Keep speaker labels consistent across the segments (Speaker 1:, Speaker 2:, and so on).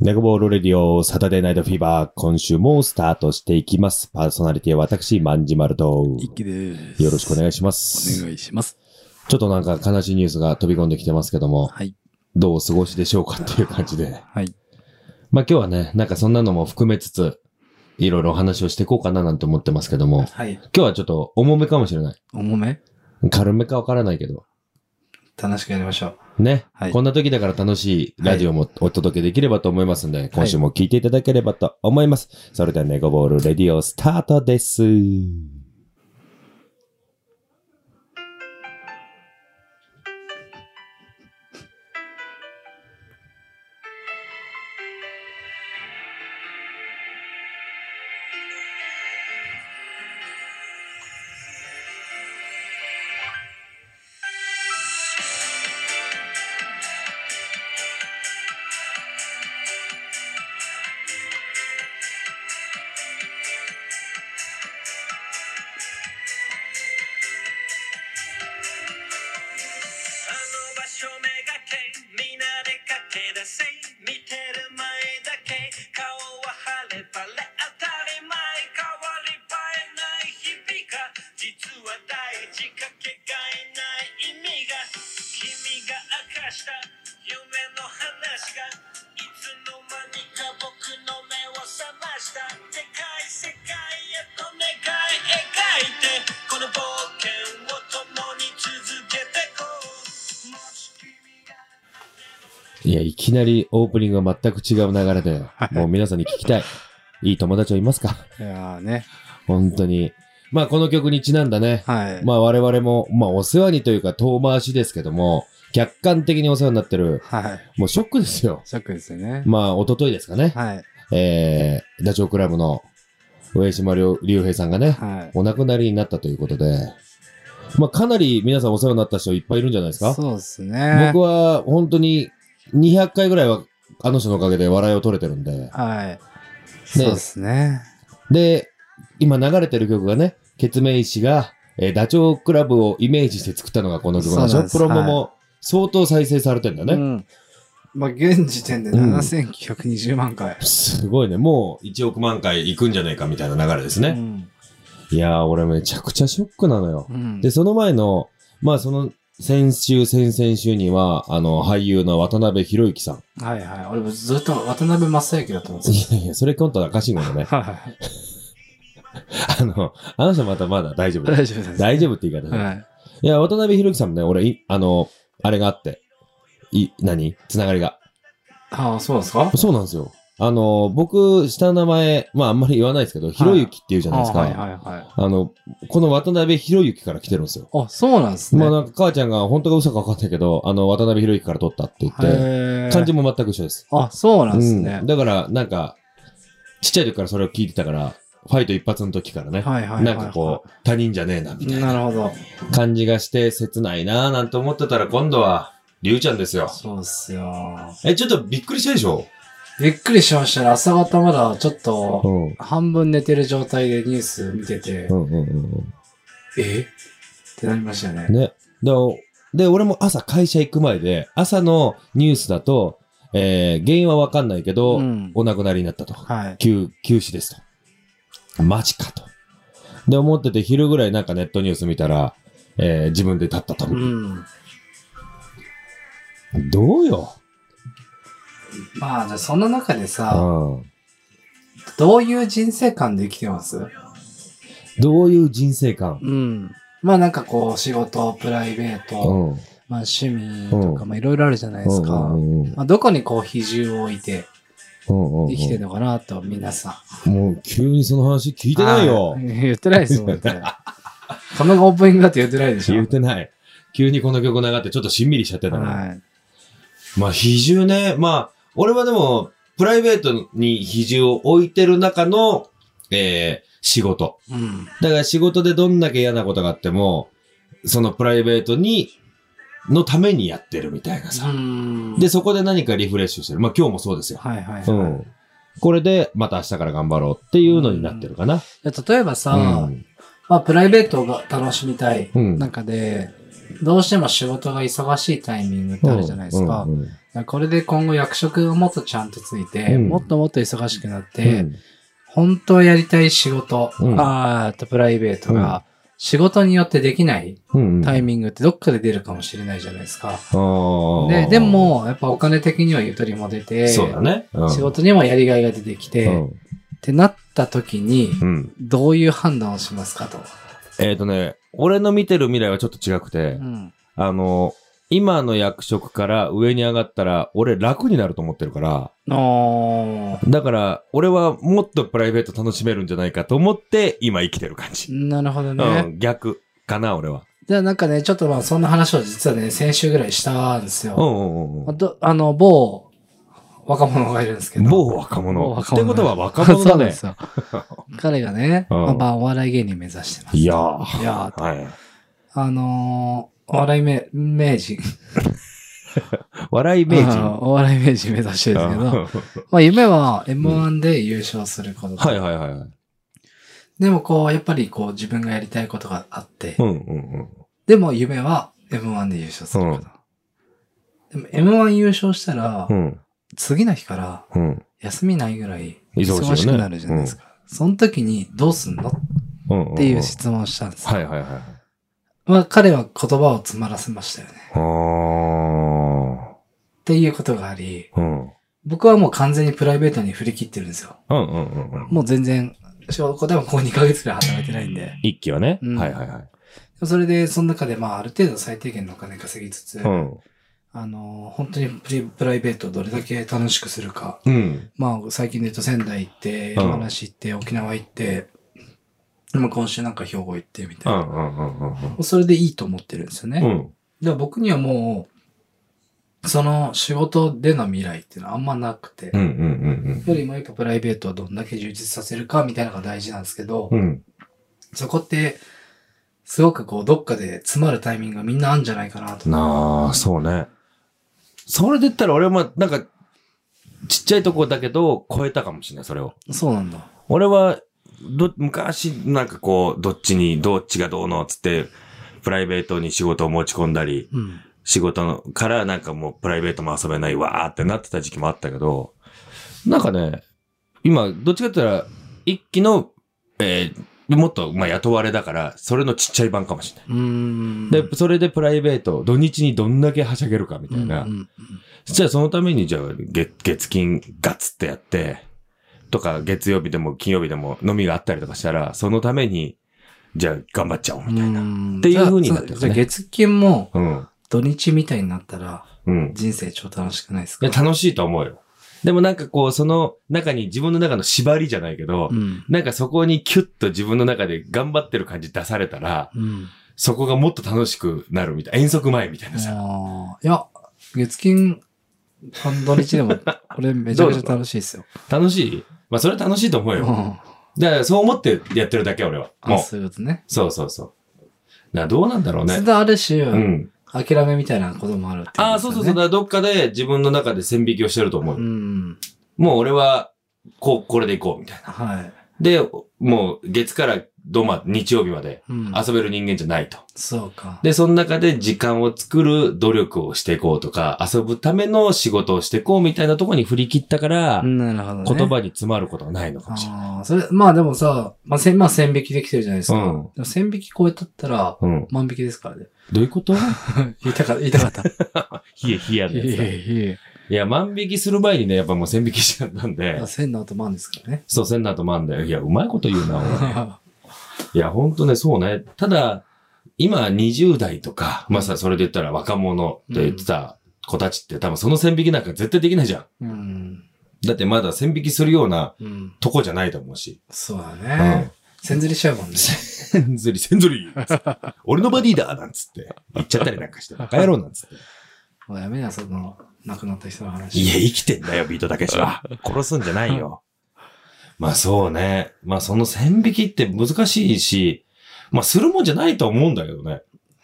Speaker 1: ネゴボールレディオサタデーナイトフィーバー、今週もスタートしていきます。パーソナリティは私、まんじまると、
Speaker 2: 一気です。
Speaker 1: よろしくお願いしま
Speaker 2: お
Speaker 1: す。
Speaker 2: 願いします。
Speaker 1: ちょっとなんか悲しいニュースが飛び込んできてますけども、
Speaker 2: はい。
Speaker 1: どうお過ごしでしょうかっていう感じで。
Speaker 2: はい。
Speaker 1: まあ今日はね、なんかそんなのも含めつつ、いろいろお話をしていこうかななんて思ってますけども、
Speaker 2: はい。
Speaker 1: 今日はちょっと重めかもしれない。
Speaker 2: 重め
Speaker 1: 軽めかわからないけど、
Speaker 2: 楽しくやりましょう。
Speaker 1: ね、
Speaker 2: はい
Speaker 1: こんな時だから楽しいラジオもお届けできればと思いますんで、今週も聞いていただければと思います。それではネゴボールレディオスタートです。
Speaker 3: あの場所めがけみんなで駆け出せ見てる前だけ顔は晴れ晴れ当たり前変わり映えない日々が実は大事かけがえない意味が君が明かした夢の話がいつの間にか僕の目を覚ましたでかい世界へと願い描いてこの冒険を共に続けてこうもし君が
Speaker 1: いや、いきなりオープニングが全く違う流れで、もう皆さんに聞きたい。いい友達はいますか
Speaker 2: いやーね。
Speaker 1: 本当に。まあこの曲にちなんだね。
Speaker 2: はい。
Speaker 1: まあ我々も、まあお世話にというか遠回しですけども、客観的にお世話になってる、
Speaker 2: はい。
Speaker 1: もうショックですよ。
Speaker 2: ショックですよね。
Speaker 1: まあ一昨日ですかね。
Speaker 2: はい。
Speaker 1: えー、ダチョウ倶楽部の上島竜竜兵さんがね、
Speaker 2: は
Speaker 1: お亡くなりになったということで、まあ、かなり皆さんお世話になった人いっぱいいるんじゃないで
Speaker 2: い。
Speaker 1: すか
Speaker 2: そうですね。
Speaker 1: 僕は本当に200回ぐらいはあの人のおかげで笑いを取れてるんで、
Speaker 2: はい。そうですね。
Speaker 1: で、今流れてる曲がね、ケツメイシが、えーダチョウ倶楽部をイメージして作ったのがこの曲なんでし
Speaker 2: そうな
Speaker 1: ょ
Speaker 2: んです
Speaker 1: プロモも相当再生されてんだね。
Speaker 2: うん。まあ、現時点で
Speaker 1: うん
Speaker 2: 7920万回。
Speaker 1: すごいね。もう1億万回いくんじゃないかみたいな流れです
Speaker 2: う
Speaker 1: ね。
Speaker 2: ん。
Speaker 1: いやー、俺めちゃくちゃショックなのよ。
Speaker 2: うん。
Speaker 1: で、その前の、まあその、先週、先々週には、あの、俳優の渡辺博之さん。
Speaker 2: はいはい。俺もずっと渡辺正行だったんです
Speaker 1: い
Speaker 2: よ。。
Speaker 1: やいや、それコントは赤信号だね
Speaker 2: はい。
Speaker 1: あの、あの人またまだ大丈夫だ。
Speaker 2: 大丈夫です。
Speaker 1: 大丈夫って言い方で、
Speaker 2: はい。
Speaker 1: いや、渡辺博之さんもね、俺、いあの、あれがあって、い、何つながりが。
Speaker 2: ああ、そうなんですか
Speaker 1: そうなんですよ。あの、僕、下の名前、まああんまり言わないですけど、博之っていうじゃないですか。
Speaker 2: あ
Speaker 1: あ,、
Speaker 2: はいはいは
Speaker 1: の、この渡辺博之から来てるんですよ。
Speaker 2: い。あ、そうなんですね。
Speaker 1: まあなんか母ちゃんが本当か嘘か分かんないけど、あの、渡辺博之から取ったって言って、
Speaker 2: へー
Speaker 1: 漢字も全く一緒です。
Speaker 2: あ、そうなんですね
Speaker 1: うん。だから、なんか、ちっちゃい時からそれを聞いてたから、ファイト一発の時からね、
Speaker 2: はいはいはいはい
Speaker 1: なんかこう、他人じゃねえな、みたい
Speaker 2: な
Speaker 1: な
Speaker 2: るほど。
Speaker 1: 感じがして、切ないなぁ、なんて思ってたら、今度は、りゅうちゃんですよ。
Speaker 2: そうっすよ。
Speaker 1: え、ちょっとびっくりしたでしょ
Speaker 2: びっくりしましたね。朝方まだちょっ
Speaker 1: う
Speaker 2: と、
Speaker 1: ん。うん
Speaker 2: 半分寝てる状態でニュース見てて、
Speaker 1: うんうん
Speaker 2: えってなりました
Speaker 1: うん。
Speaker 2: ね。
Speaker 1: ね。で、おで俺も朝会社行く前で、朝のニュースだと、えー、原因はわかんないけど、
Speaker 2: うん
Speaker 1: お亡くなりになったと。
Speaker 2: はい。
Speaker 1: 休、休止ですと。マジかと。で、思ってて、昼ぐらいなんかネットニュース見たら、えー自分で立ったと。
Speaker 2: うん。
Speaker 1: どうよ。
Speaker 2: まあ、じゃあそんな中でさ、
Speaker 1: うん。
Speaker 2: どういう人生観で生きてます
Speaker 1: どういう人生観
Speaker 2: うん。まあなんかこう、仕事、プライベー
Speaker 1: う
Speaker 2: ト、
Speaker 1: ん。うん
Speaker 2: まあ趣味とか、
Speaker 1: う
Speaker 2: まあいろいろあるじゃないですか。
Speaker 1: うんうん
Speaker 2: まあどこにこう、比重を置いて
Speaker 1: うんうん。
Speaker 2: 生きてるのかなと、皆さん。
Speaker 1: もう急にその話聞い
Speaker 2: 言
Speaker 1: てないよ。
Speaker 2: 言ってないですもんね。このオープニングだって言ってないでしょ。
Speaker 1: 言ってない。急にこの曲流ってちょっとしんみりしちゃってたな。
Speaker 2: はい。
Speaker 1: まあ、比重ね。まあ、俺はでも、プライベートに比重を置いてる中の、えー、仕事。
Speaker 2: うん。
Speaker 1: だから仕事でどんだけ嫌なことがあっても、そのプライベートに、のためにやってるみたいなさ。
Speaker 2: うん
Speaker 1: で、そこで何かリフレッシュしてる。まあ今日もそうですよ。
Speaker 2: はいはいはい。
Speaker 1: うん。これでまた明日から頑張ろうっていうのになってるかな。
Speaker 2: 例えばさ、
Speaker 1: うん。
Speaker 2: まあ、プライベートが楽しみたい
Speaker 1: うん
Speaker 2: 中で、どうしても仕事が忙しいタイミングってあるじゃないですか。
Speaker 1: うんうん
Speaker 2: だからこれで今後役職がもっとちゃんとついて、
Speaker 1: うん
Speaker 2: もっともっと忙しくなっ
Speaker 1: う
Speaker 2: て、
Speaker 1: ん
Speaker 2: 本当やりたい仕事、
Speaker 1: うん
Speaker 2: あーっとプライベートが、仕事によってできない
Speaker 1: うんうん
Speaker 2: タイミングってどっかで出るかもしれないじゃないですか。
Speaker 1: あー
Speaker 2: で、で、も、やっぱお金的にはゆとりも出て、
Speaker 1: そうだね。うん
Speaker 2: 仕事にもやりがいが出てきて、
Speaker 1: う
Speaker 2: っ
Speaker 1: ん
Speaker 2: てなった時に、
Speaker 1: うん。
Speaker 2: どういう判断をしますかと。
Speaker 1: えっとね、俺の見てる未来はちょっと違く
Speaker 2: う
Speaker 1: て、
Speaker 2: ん。
Speaker 1: あの、今の役職から上に上がったら、俺楽になると思ってるから、
Speaker 2: おー
Speaker 1: だから、俺はもっとプライベート楽しめるんじゃないかと思って、今生きてる感じ。
Speaker 2: なるほどね。
Speaker 1: うん、逆かな、俺は。
Speaker 2: じゃあなんかね、ちょっとまあそんな話を実はね、先週ぐらいしたんです
Speaker 1: うん
Speaker 2: よ。
Speaker 1: うんうんう
Speaker 2: あとあの、某若者がいるんですけ
Speaker 1: ん。
Speaker 2: ど。
Speaker 1: 某若
Speaker 2: 某
Speaker 1: 者。っ
Speaker 2: 若者
Speaker 1: てことは若者
Speaker 2: そう
Speaker 1: だ
Speaker 2: なんで
Speaker 1: ね。
Speaker 2: すよ。彼がね、
Speaker 1: うん
Speaker 2: まあまあお笑い芸人目指してます。
Speaker 1: いやー。
Speaker 2: いやー
Speaker 1: はい。
Speaker 2: あのー、お笑いめ名人。
Speaker 1: 笑い名
Speaker 2: あ
Speaker 1: 人。
Speaker 2: のお笑い名人目指してるんですけど、まあ夢は M1 で優勝すること、
Speaker 1: はいはいはいはい。
Speaker 2: でもこう、やっぱりこう自分がやりたいことがあって、
Speaker 1: うんうん
Speaker 2: でも夢は M1 で優勝すること。でも M1 優勝したら、
Speaker 1: うん。うん
Speaker 2: 次の日から
Speaker 1: うん。
Speaker 2: 休みないぐらい
Speaker 1: 忙しいよね
Speaker 2: 忙しくなるじゃないですか。その時にどうすんのっ
Speaker 1: うん。ん
Speaker 2: ていう質問をしたんです。
Speaker 1: はいはいはい。
Speaker 2: まあ彼は言葉を詰まらせましたよね。
Speaker 1: あー。
Speaker 2: っていうことがあり、
Speaker 1: うん。うん
Speaker 2: 僕はもう完全にプライベートに振り切ってるんですよ。
Speaker 1: うんうんうん。
Speaker 2: もう全然、仕事でもここ2ヶ月くらい働いてないんで。
Speaker 1: 一気はね。
Speaker 2: うん
Speaker 1: はいはいはい。
Speaker 2: それで、その中で、まあ、ある程度最低限のお金稼ぎつつ、
Speaker 1: うん。
Speaker 2: あの、本当にプリプライベートをどれだけ楽しくするか。
Speaker 1: うん。
Speaker 2: まあ、最近で言うと仙台行って、
Speaker 1: うん
Speaker 2: 山梨行って、沖縄行って、でも今週なんか兵庫行ってみた
Speaker 1: う
Speaker 2: い
Speaker 1: んう
Speaker 2: な。
Speaker 1: んうんうん
Speaker 2: もうそれでいいと思ってるんですよね。
Speaker 1: う
Speaker 2: だか
Speaker 1: ん。
Speaker 2: ら僕にはもう、その仕事での未来っていうのはあんまなくて、
Speaker 1: うんうんうん
Speaker 2: よりもやっぱプライベートをどんだけ充実させるかみたいなのが大事なんですけど、
Speaker 1: うん。うん。
Speaker 2: そこって、すごくこう、どっかで詰まるタイミングがみんなあるんじゃないかなと。
Speaker 1: なあ、そうね。それで言ったら俺もなんか、ちっちゃいとこだけど、超えたかもしれない、それを。
Speaker 2: そうなんだ。
Speaker 1: 俺は、ど、昔、なんかこう、どっちに、どっちがどうの、つって、プライベートに仕事を持ち込んだり、
Speaker 2: うん。
Speaker 1: 仕事のからなんかもうプライベートも遊べないわーってなってた時期もあったけど、なんかね、今、どっちかって言ったら、一期の、えーもっと、まあ、雇われだから、それのちっちゃい版かもしれない。
Speaker 2: うーん。
Speaker 1: で、それでプライベート、土日にどんだけはしゃげるかみたいな。
Speaker 2: うんうんうん
Speaker 1: じゃあそのために、じゃあ月、月金ガツってやって、とか、月曜日でも金曜日でも飲みがあったりとかしたら、そのために、じゃあ頑張っちゃおうみたいな。
Speaker 2: って
Speaker 1: いう風になってるね
Speaker 2: じゃあ月金も
Speaker 1: うん。
Speaker 2: 土日みたいになったら
Speaker 1: うん。
Speaker 2: 人生超楽しくないです
Speaker 1: い
Speaker 2: か
Speaker 1: や、楽しいと思うよ。でもなんかこう、その中に自分の中の縛りじゃないけど、
Speaker 2: うん。
Speaker 1: なんかそこにキュッと自分の中で頑張ってる感じ出されたら、
Speaker 2: うん。
Speaker 1: そこがもっと楽しくなるみたいな。遠足前みたいなさ。
Speaker 2: あーいや、月金、あの土日でも、 俺めちゃくちゃ楽しいですよ。
Speaker 1: 楽しいまあそれは楽しいと思う
Speaker 2: う
Speaker 1: よ。
Speaker 2: ん。
Speaker 1: だからそう思ってやってるだけ、俺は。も
Speaker 2: あ
Speaker 1: う。
Speaker 2: そういうことね。
Speaker 1: そうそうそう。だからどうなんだろう
Speaker 2: それ
Speaker 1: ね。
Speaker 2: である
Speaker 1: う
Speaker 2: 種、
Speaker 1: ん。
Speaker 2: 諦めみたいなこともあるっていことですよね
Speaker 1: ああ、そうそうそう。だ。からどっかで自分の中で線引きをしてると思うよ。
Speaker 2: うん。
Speaker 1: もう俺は、こう、これでいこう、みたいな。
Speaker 2: はい。
Speaker 1: で、もう月から土ま、日曜日まで
Speaker 2: うん。
Speaker 1: 遊べる人間じゃないと。
Speaker 2: そうか。
Speaker 1: で、その中で時間を作る努力をしていこうとか、遊ぶための仕事をしていこうみたいなところに振り切ったから、
Speaker 2: なるほどね。
Speaker 1: 言葉に詰まることはないのかもしれない。
Speaker 2: ああ、それ、まあでもさ、まあ、せまあ、線引きできてるじゃないですか。
Speaker 1: うん
Speaker 2: でも線引き超えたったら、
Speaker 1: うん。
Speaker 2: 万引きですからね。
Speaker 1: どう いうこと
Speaker 2: 言いたかった。言いたか った。
Speaker 1: 冷え冷えや
Speaker 2: いえ
Speaker 1: ね
Speaker 2: いえいえ。
Speaker 1: いや、万引きする前にね、やっぱもう線引きしちゃったんで
Speaker 2: まあ、、千の後万ですから ね。
Speaker 1: そう、せんなとまんだよ。いや、うまいこと言うな、お前いや、ほんとね、そうね。ただ、今20代とか、まあさ、それで言ったら若者って言ってた子たちって多分その線引きなんか絶対できないじゃん。
Speaker 2: うん。
Speaker 1: だってまだ線引きするような
Speaker 2: うん。
Speaker 1: とこじゃないと思う し。
Speaker 2: そうだ
Speaker 1: うん
Speaker 2: ね。千釣りしちゃうもんね。
Speaker 1: センズリ、センズリ俺のバディだなんつって。言っちゃったりなんかして。バカ野郎なんつって。
Speaker 2: もうやめな、その、亡くなった人の話。
Speaker 1: いや、生きてんだよ、ビートたけし は。殺すんじゃないよ。まあそうね。まあその線引きって難しいし、まあするもんじゃないと思うんだけどね。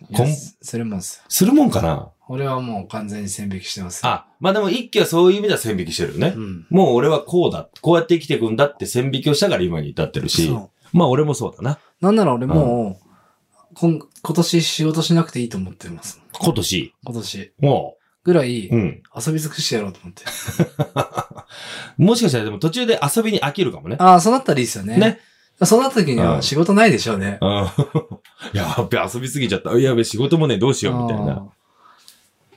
Speaker 2: いや
Speaker 1: こん
Speaker 2: するもんですよ。
Speaker 1: するもんかな
Speaker 2: 俺はもう完全に線引きしてますよ。
Speaker 1: あ、まあでも一気はそういう意味では線引きしてるよね。
Speaker 2: うん。
Speaker 1: もう俺はこうだ。こうやって生きていくんだって線引きをしたから今に至ってるし
Speaker 2: そ。う。
Speaker 1: まあ俺もそうだな。
Speaker 2: なんなら俺もう、今、今年仕事しなくていいと思ってます。
Speaker 1: 今年。
Speaker 2: 今年。
Speaker 1: も
Speaker 2: ぐらい、
Speaker 1: う。うん。
Speaker 2: 遊び尽くしてやろうと思って。
Speaker 1: もしかしたらでも途中で遊びに飽きるかもね。
Speaker 2: ああ、そうなったらいいですよね。
Speaker 1: ね。
Speaker 2: そうなった時に
Speaker 1: う
Speaker 2: は
Speaker 1: ん
Speaker 2: 仕事ないでしょうね。
Speaker 1: うん。 やべ、遊びすぎちゃった。やべ、仕事もね、どうしよう、みたいな。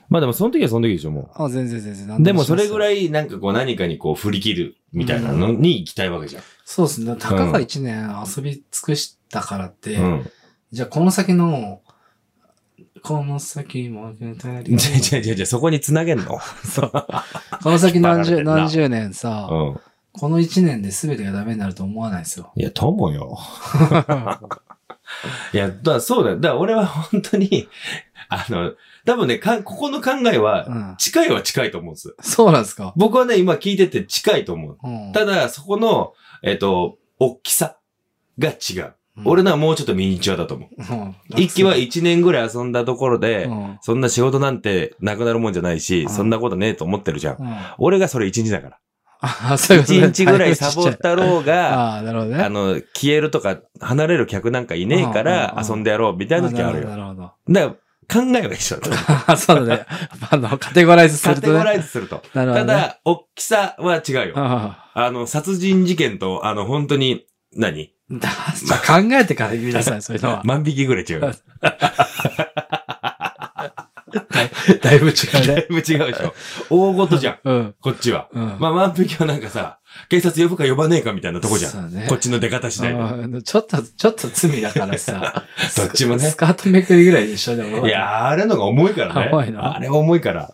Speaker 1: まあでも、その時はその時でしょ、も
Speaker 2: あー。あ、全然全然。
Speaker 1: う。でも、それぐ
Speaker 2: い。
Speaker 1: らい、なんかこう、何かにこう、振り切る、みたいなのに行きたいわけじゃん。
Speaker 2: そうですね。たかが一年遊び尽くしたからって、
Speaker 1: うん。
Speaker 2: じゃあこの先の、この先も二人、
Speaker 1: じゃじゃじゃじゃそこにつなげんの
Speaker 2: この先何
Speaker 1: 引
Speaker 2: 十、
Speaker 1: っ張られてんな
Speaker 2: 何十年さ、
Speaker 1: うん。
Speaker 2: この一年で全てがダメになると思わないです よ。
Speaker 1: いや、友よ。いや、だからそうだよ。だから俺は本当に、あの、多分ね、か、ここの考え
Speaker 2: う
Speaker 1: は、
Speaker 2: ん。
Speaker 1: 近いは近いと思うんです。
Speaker 2: そうなんですか。
Speaker 1: 僕はね、今聞いてて近いと思う。
Speaker 2: うん
Speaker 1: ただ、そこの、えっ、と、大きさが違う。俺、のはもうちょっとミニチュアだと思う。
Speaker 2: うん
Speaker 1: 一期は、1年ぐらい遊んだところで、
Speaker 2: うん
Speaker 1: そんな仕事なんてなくなるもんじゃないし、
Speaker 2: うん
Speaker 1: そんなことねえと思ってるじゃん。
Speaker 2: うん
Speaker 1: 俺がそれ1日だ から。
Speaker 2: あ、そういうこと
Speaker 1: 1
Speaker 2: ね
Speaker 1: 日ぐらいサボっ。たろうが、
Speaker 2: ああ、なるほどね。
Speaker 1: あの、消えるとか離れる客なんかいねえか
Speaker 2: うんうん
Speaker 1: ら
Speaker 2: うん
Speaker 1: 遊んでやろうみたいな時あるよ。
Speaker 2: なるほど。なる
Speaker 1: だから考えは一緒だと。
Speaker 2: ほどそうだね。あの、カテゴライズす
Speaker 1: カ
Speaker 2: る
Speaker 1: テ
Speaker 2: と
Speaker 1: ゴラ
Speaker 2: ね。
Speaker 1: イズすると。
Speaker 2: なるほ
Speaker 1: た
Speaker 2: どね。
Speaker 1: だ、大きさは違うよ。
Speaker 2: あ
Speaker 1: あの、殺人事件と、あの、本当に、何
Speaker 2: あだまあ考えてから言い なさい、そういうのは。
Speaker 1: 万引きぐらい違うよ。
Speaker 2: だいぶ違う
Speaker 1: だ
Speaker 2: ね。
Speaker 1: いぶ違うでしょ。大ごとじゃ ん。
Speaker 2: うん。
Speaker 1: こっちは。
Speaker 2: うん。
Speaker 1: まあ、万引きはなんかさ、警察呼ぶか呼ばねえかみたいなとこじゃん。
Speaker 2: ん。ね
Speaker 1: こっちの出方次第で。。
Speaker 2: うんちょっと、ちょっと罪だからさ
Speaker 1: どっちもね
Speaker 2: スカートめくりぐらいでしょ、でも。
Speaker 1: いやー、あれのが重いからね。
Speaker 2: 重いな
Speaker 1: あれ重いから。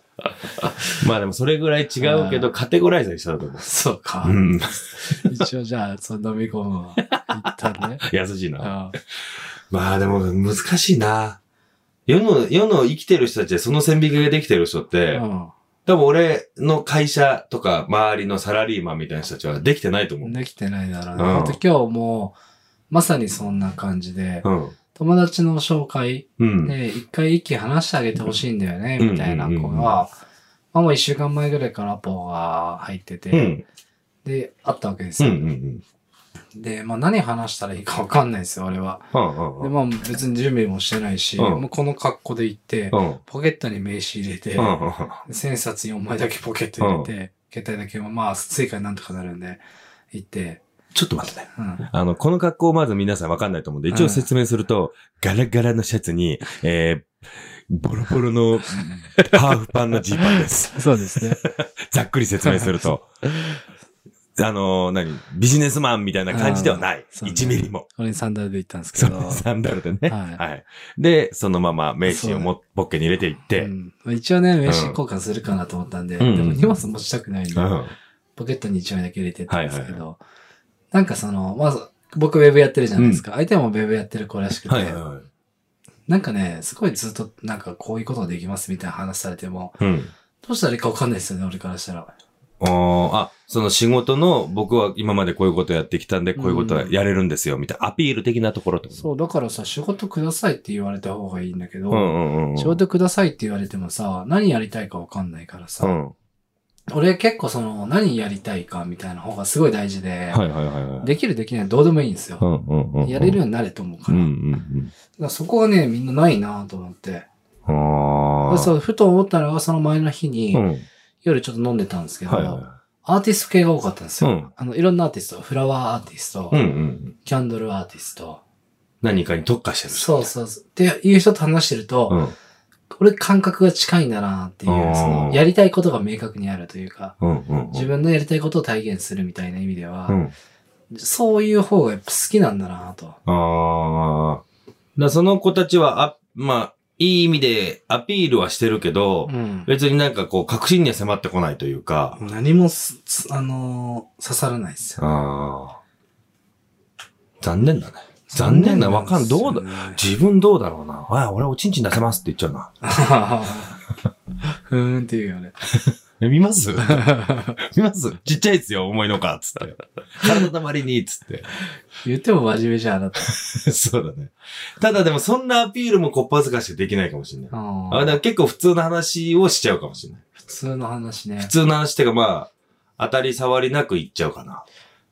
Speaker 1: まあでもそれぐらい違うけ
Speaker 2: う
Speaker 1: ど、カテゴライズは一緒だと思
Speaker 2: そうか
Speaker 1: う。う。ん。
Speaker 2: 一応じゃあ、その飲み込むわ。一旦 ね。
Speaker 1: 優しいな。
Speaker 2: あ
Speaker 1: まあでも難しいな。世の、世の生きてる人たちでその線引きができてる人って、
Speaker 2: あ
Speaker 1: 多分俺の会社とか周りのサラリーマンみたいな人たちはできてないと
Speaker 2: う
Speaker 1: 思う。
Speaker 2: ん。できてないだろう
Speaker 1: うん
Speaker 2: な。ほんと今日も、まさにそんな感じで、
Speaker 1: うん。
Speaker 2: 友達の紹介
Speaker 1: うん。
Speaker 2: で、一回一気話してあげてほしいんだよね、
Speaker 1: うん
Speaker 2: みたいな子
Speaker 1: うんうんうん
Speaker 2: が、まあもう一週間前ぐらいからアポが入って
Speaker 1: うん。う
Speaker 2: て、
Speaker 1: ん。
Speaker 2: で、あったわけです
Speaker 1: うん。う
Speaker 2: よ。
Speaker 1: ん。
Speaker 2: で、まあ何話したらいいかわかんないですよ、俺は。
Speaker 1: うん。
Speaker 2: で、まあ別に準備もしてないし、
Speaker 1: うん
Speaker 2: もうこの格好で行って、
Speaker 1: うん。うん。
Speaker 2: ポケットに名刺入れて、
Speaker 1: う
Speaker 2: 千冊4枚だけポケットに入れて、携帯だけもまあ、追加になんとかなるんで、行って、
Speaker 1: ん。ちょっと待ってね。
Speaker 2: うん。
Speaker 1: あの、この格好をまず皆さんわかんないと思うんで、一応説明すると、ガラガラのシャツに、えー、ボロボロのハーフパンのジーパン です。
Speaker 2: そうですね。
Speaker 1: ざっくり説明すると。あのー何ビジネスマンみたいな感じではない。
Speaker 2: そうね
Speaker 1: 1ミリも。
Speaker 2: 俺にサンダルで行ったんですけ
Speaker 1: そ
Speaker 2: ど
Speaker 1: の。サンダルでね。
Speaker 2: はい
Speaker 1: はい。で、そのまま名刺を
Speaker 2: そう
Speaker 1: もポッケに入れていって、
Speaker 2: う
Speaker 1: うん。
Speaker 2: ん、一応ね、名刺交換するかなと思ったんで、
Speaker 1: うん
Speaker 2: でも荷物持ちたくないんで、
Speaker 1: は
Speaker 2: ポケットに1枚だけ入れてたんですけど、
Speaker 1: はい
Speaker 2: なんかその、まず、僕ウェブやってるじゃないですか。相手もウェブやってる子らしく
Speaker 1: い
Speaker 2: て、
Speaker 1: はいは
Speaker 2: なんかね、すごいずっとなんかこういうことができますみたいな話されても、
Speaker 1: い。うん。
Speaker 2: どうしたらいいかわかんないですよね、俺からしたら。
Speaker 1: おーあ、その仕事の僕は今までこういうことやってきたんで、こういうことはやれるんですよ、みたいな。アピール的なところってこと
Speaker 2: そう、だからさ、仕事くださいって言われた方がいいんだけど、
Speaker 1: うんうんうんうん。
Speaker 2: 仕事くださいって言われてもさ、何やりたいかわかんないからさ、
Speaker 1: うん。
Speaker 2: 俺結構その、何やりたいかみたいな方がすごい大事で、
Speaker 1: はいはいはいはい。
Speaker 2: できるできないどうでもいいんですよ。
Speaker 1: うんうんうんうん、
Speaker 2: やれるようになれと思う
Speaker 1: う
Speaker 2: か
Speaker 1: ん
Speaker 2: ら。
Speaker 1: う
Speaker 2: だ
Speaker 1: ん
Speaker 2: からそこがね、みんなないなと思って。
Speaker 1: うん。ああ。
Speaker 2: そう、ふと思ったのがその前の日に、
Speaker 1: うん。
Speaker 2: 夜ちょっと飲んでたんですけど、
Speaker 1: はいは
Speaker 2: アーティスト系が多かったんですよ。
Speaker 1: うん
Speaker 2: あの、いろんなアーティスト、フラワーアーティスト、
Speaker 1: い。うんうん。
Speaker 2: キャンドルアーティスト、
Speaker 1: 何かに特化してる。
Speaker 2: そうそうそう。っていう人と話してると、
Speaker 1: うん。
Speaker 2: 俺感覚が近いんだなっていう、
Speaker 1: あー
Speaker 2: その、やりたいことが明確にあるというか、
Speaker 1: うんうん。
Speaker 2: 自分のやりたいことを体現するみたいな意味では、
Speaker 1: うん。
Speaker 2: そういう方がやっぱ好きなんだなと。
Speaker 1: ああ。だその子たちは、あ、まあ、いい意味でアピールはしてるけど、
Speaker 2: うん。
Speaker 1: 別になんかこう、確信には迫ってこないというか。
Speaker 2: 何もす、すあのー刺さらないですよ。
Speaker 1: ああ。残念だね。残念だ。わかん、どうだ。
Speaker 2: だ
Speaker 1: 自分どうだろうな。ああ、俺おちんちん出せますって言っちゃうな。
Speaker 2: ふーんって言うよね。
Speaker 1: え見ます 見ますちっちゃいっすよ、重いのか、つって。体たまりに、つって。
Speaker 2: 言っても真面目じゃん、あなた。
Speaker 1: そうだね。ただでも、そんなアピールもこっぱずかしくできないかもしれない。あだ
Speaker 2: あ
Speaker 1: か
Speaker 2: あ
Speaker 1: ら結構普通の話をしちゃうかもしれない。
Speaker 2: 普通の話ね
Speaker 1: 普。通の話ってか、まあ、当たり障りなく言っちゃうかな。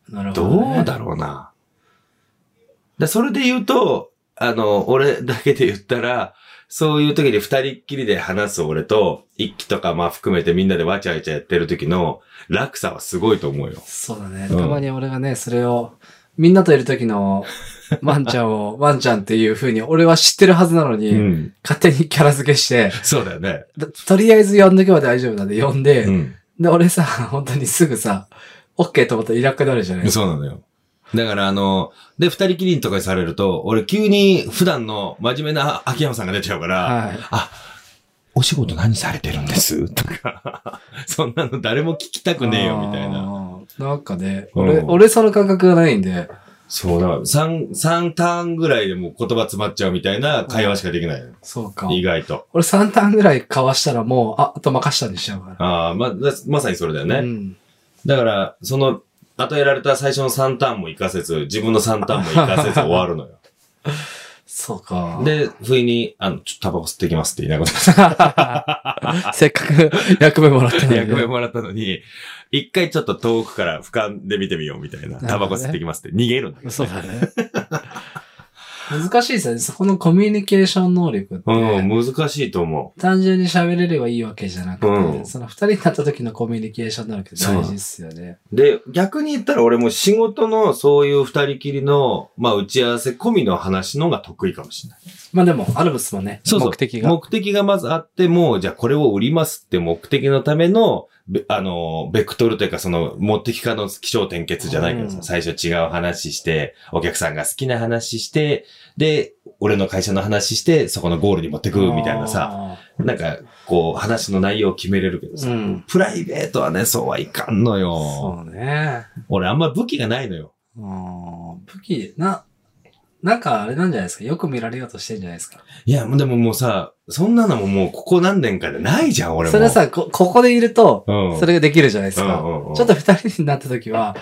Speaker 2: なるほど、
Speaker 1: ど
Speaker 2: ね。
Speaker 1: うだろうな。だそれで言うと、あの、俺だけで言ったら、そういう時に二人っきりで話す俺と、一気とかまあ含めてみんなでわちゃわちゃやってる時の落差はすごいと思うよ。
Speaker 2: そうだね。
Speaker 1: うん
Speaker 2: たまに俺がね、それを、みんなといる時の、ワンちゃん を、ワンちゃんっていう風に、俺は知ってるはずなのに、
Speaker 1: ん。
Speaker 2: 勝手にキャラ付けして、
Speaker 1: そうだよね。
Speaker 2: だとりあえず呼んどけば大丈夫なんで、呼んで、
Speaker 1: うん。
Speaker 2: で、俺さ、本当にすぐさ、OK と思ったらいなくなるじゃない
Speaker 1: そうなのよ。だからあの、で、二人きりとかにされると、俺急に普段の真面目な秋山さんが出ちゃうから、
Speaker 2: はい。
Speaker 1: あ、お仕事何されてるんですとか、 そんなの誰も聞きたくねえよ、みたいな。
Speaker 2: な。なんかね、
Speaker 1: うん
Speaker 2: 俺、俺その感覚がないんで、
Speaker 1: そうだ、3、三ターンぐらいでもう言葉詰まっちゃうみたいな会話しかできないよ。
Speaker 2: そうか。
Speaker 1: 意外と。
Speaker 2: 俺3ターンぐらいかわしたらもう、あ、あと任したにしちゃうか
Speaker 1: ああ、ま、だまさにそれだよね。
Speaker 2: ら。うん。
Speaker 1: だから、その、与えられた最初の3ターンも活かせず、自分の3ターンも活かせず終わるのよ。
Speaker 2: そうか。
Speaker 1: で、不意に、あの、ちょっとタバコ吸ってきますって言いながら
Speaker 2: せっかく役目もらったのにね
Speaker 1: 役目もらったのに、一回ちょっと遠くから俯瞰で見てみようみたいな。
Speaker 2: ほどね
Speaker 1: タバコ吸ってきますって逃げるんだけど。
Speaker 2: そうだね。難しいですよね。そこのコミュニケーション能力って、
Speaker 1: うん、難しいと思
Speaker 2: 単純に喋れればいいわけじゃなくて、
Speaker 1: うん
Speaker 2: その二人になった時のコミュニケーション能力って大事ですよね。
Speaker 1: う。で、逆に言ったら俺も仕事のそういう二人きりの、まあ打ち合わせ込みの話の方が得意かもしれない。
Speaker 2: まあでも、あるんですもんね。目的が。
Speaker 1: 目的がまずあって、もうじゃあこれを売りますって目的のための、べあの、ベクトルというかその持ってきかの気象転結じゃないけどさ、
Speaker 2: うん
Speaker 1: 最初違う話して、お客さんが好きな話して、で、俺の会社の話して、そこのゴールに持ってくみたいなさ、なんか、こう、話の内容を決めれるけど
Speaker 2: あ
Speaker 1: さ、
Speaker 2: ー。うん。
Speaker 1: プライベートはね、そうはいかんのよ。
Speaker 2: そうね。
Speaker 1: 俺、あんま武器がないのよ。
Speaker 2: うん。武器、な、なんかあれなんじゃないですか。よく見られようとしてんじゃないですか。
Speaker 1: いや、でももうさ、そんなのももう、ここ何年かでないじゃん、俺も。
Speaker 2: それは、さ、こ、ここでいると、
Speaker 1: うん。
Speaker 2: それができるじゃないですか。
Speaker 1: うんうんうん
Speaker 2: ちょっと二人になった時は、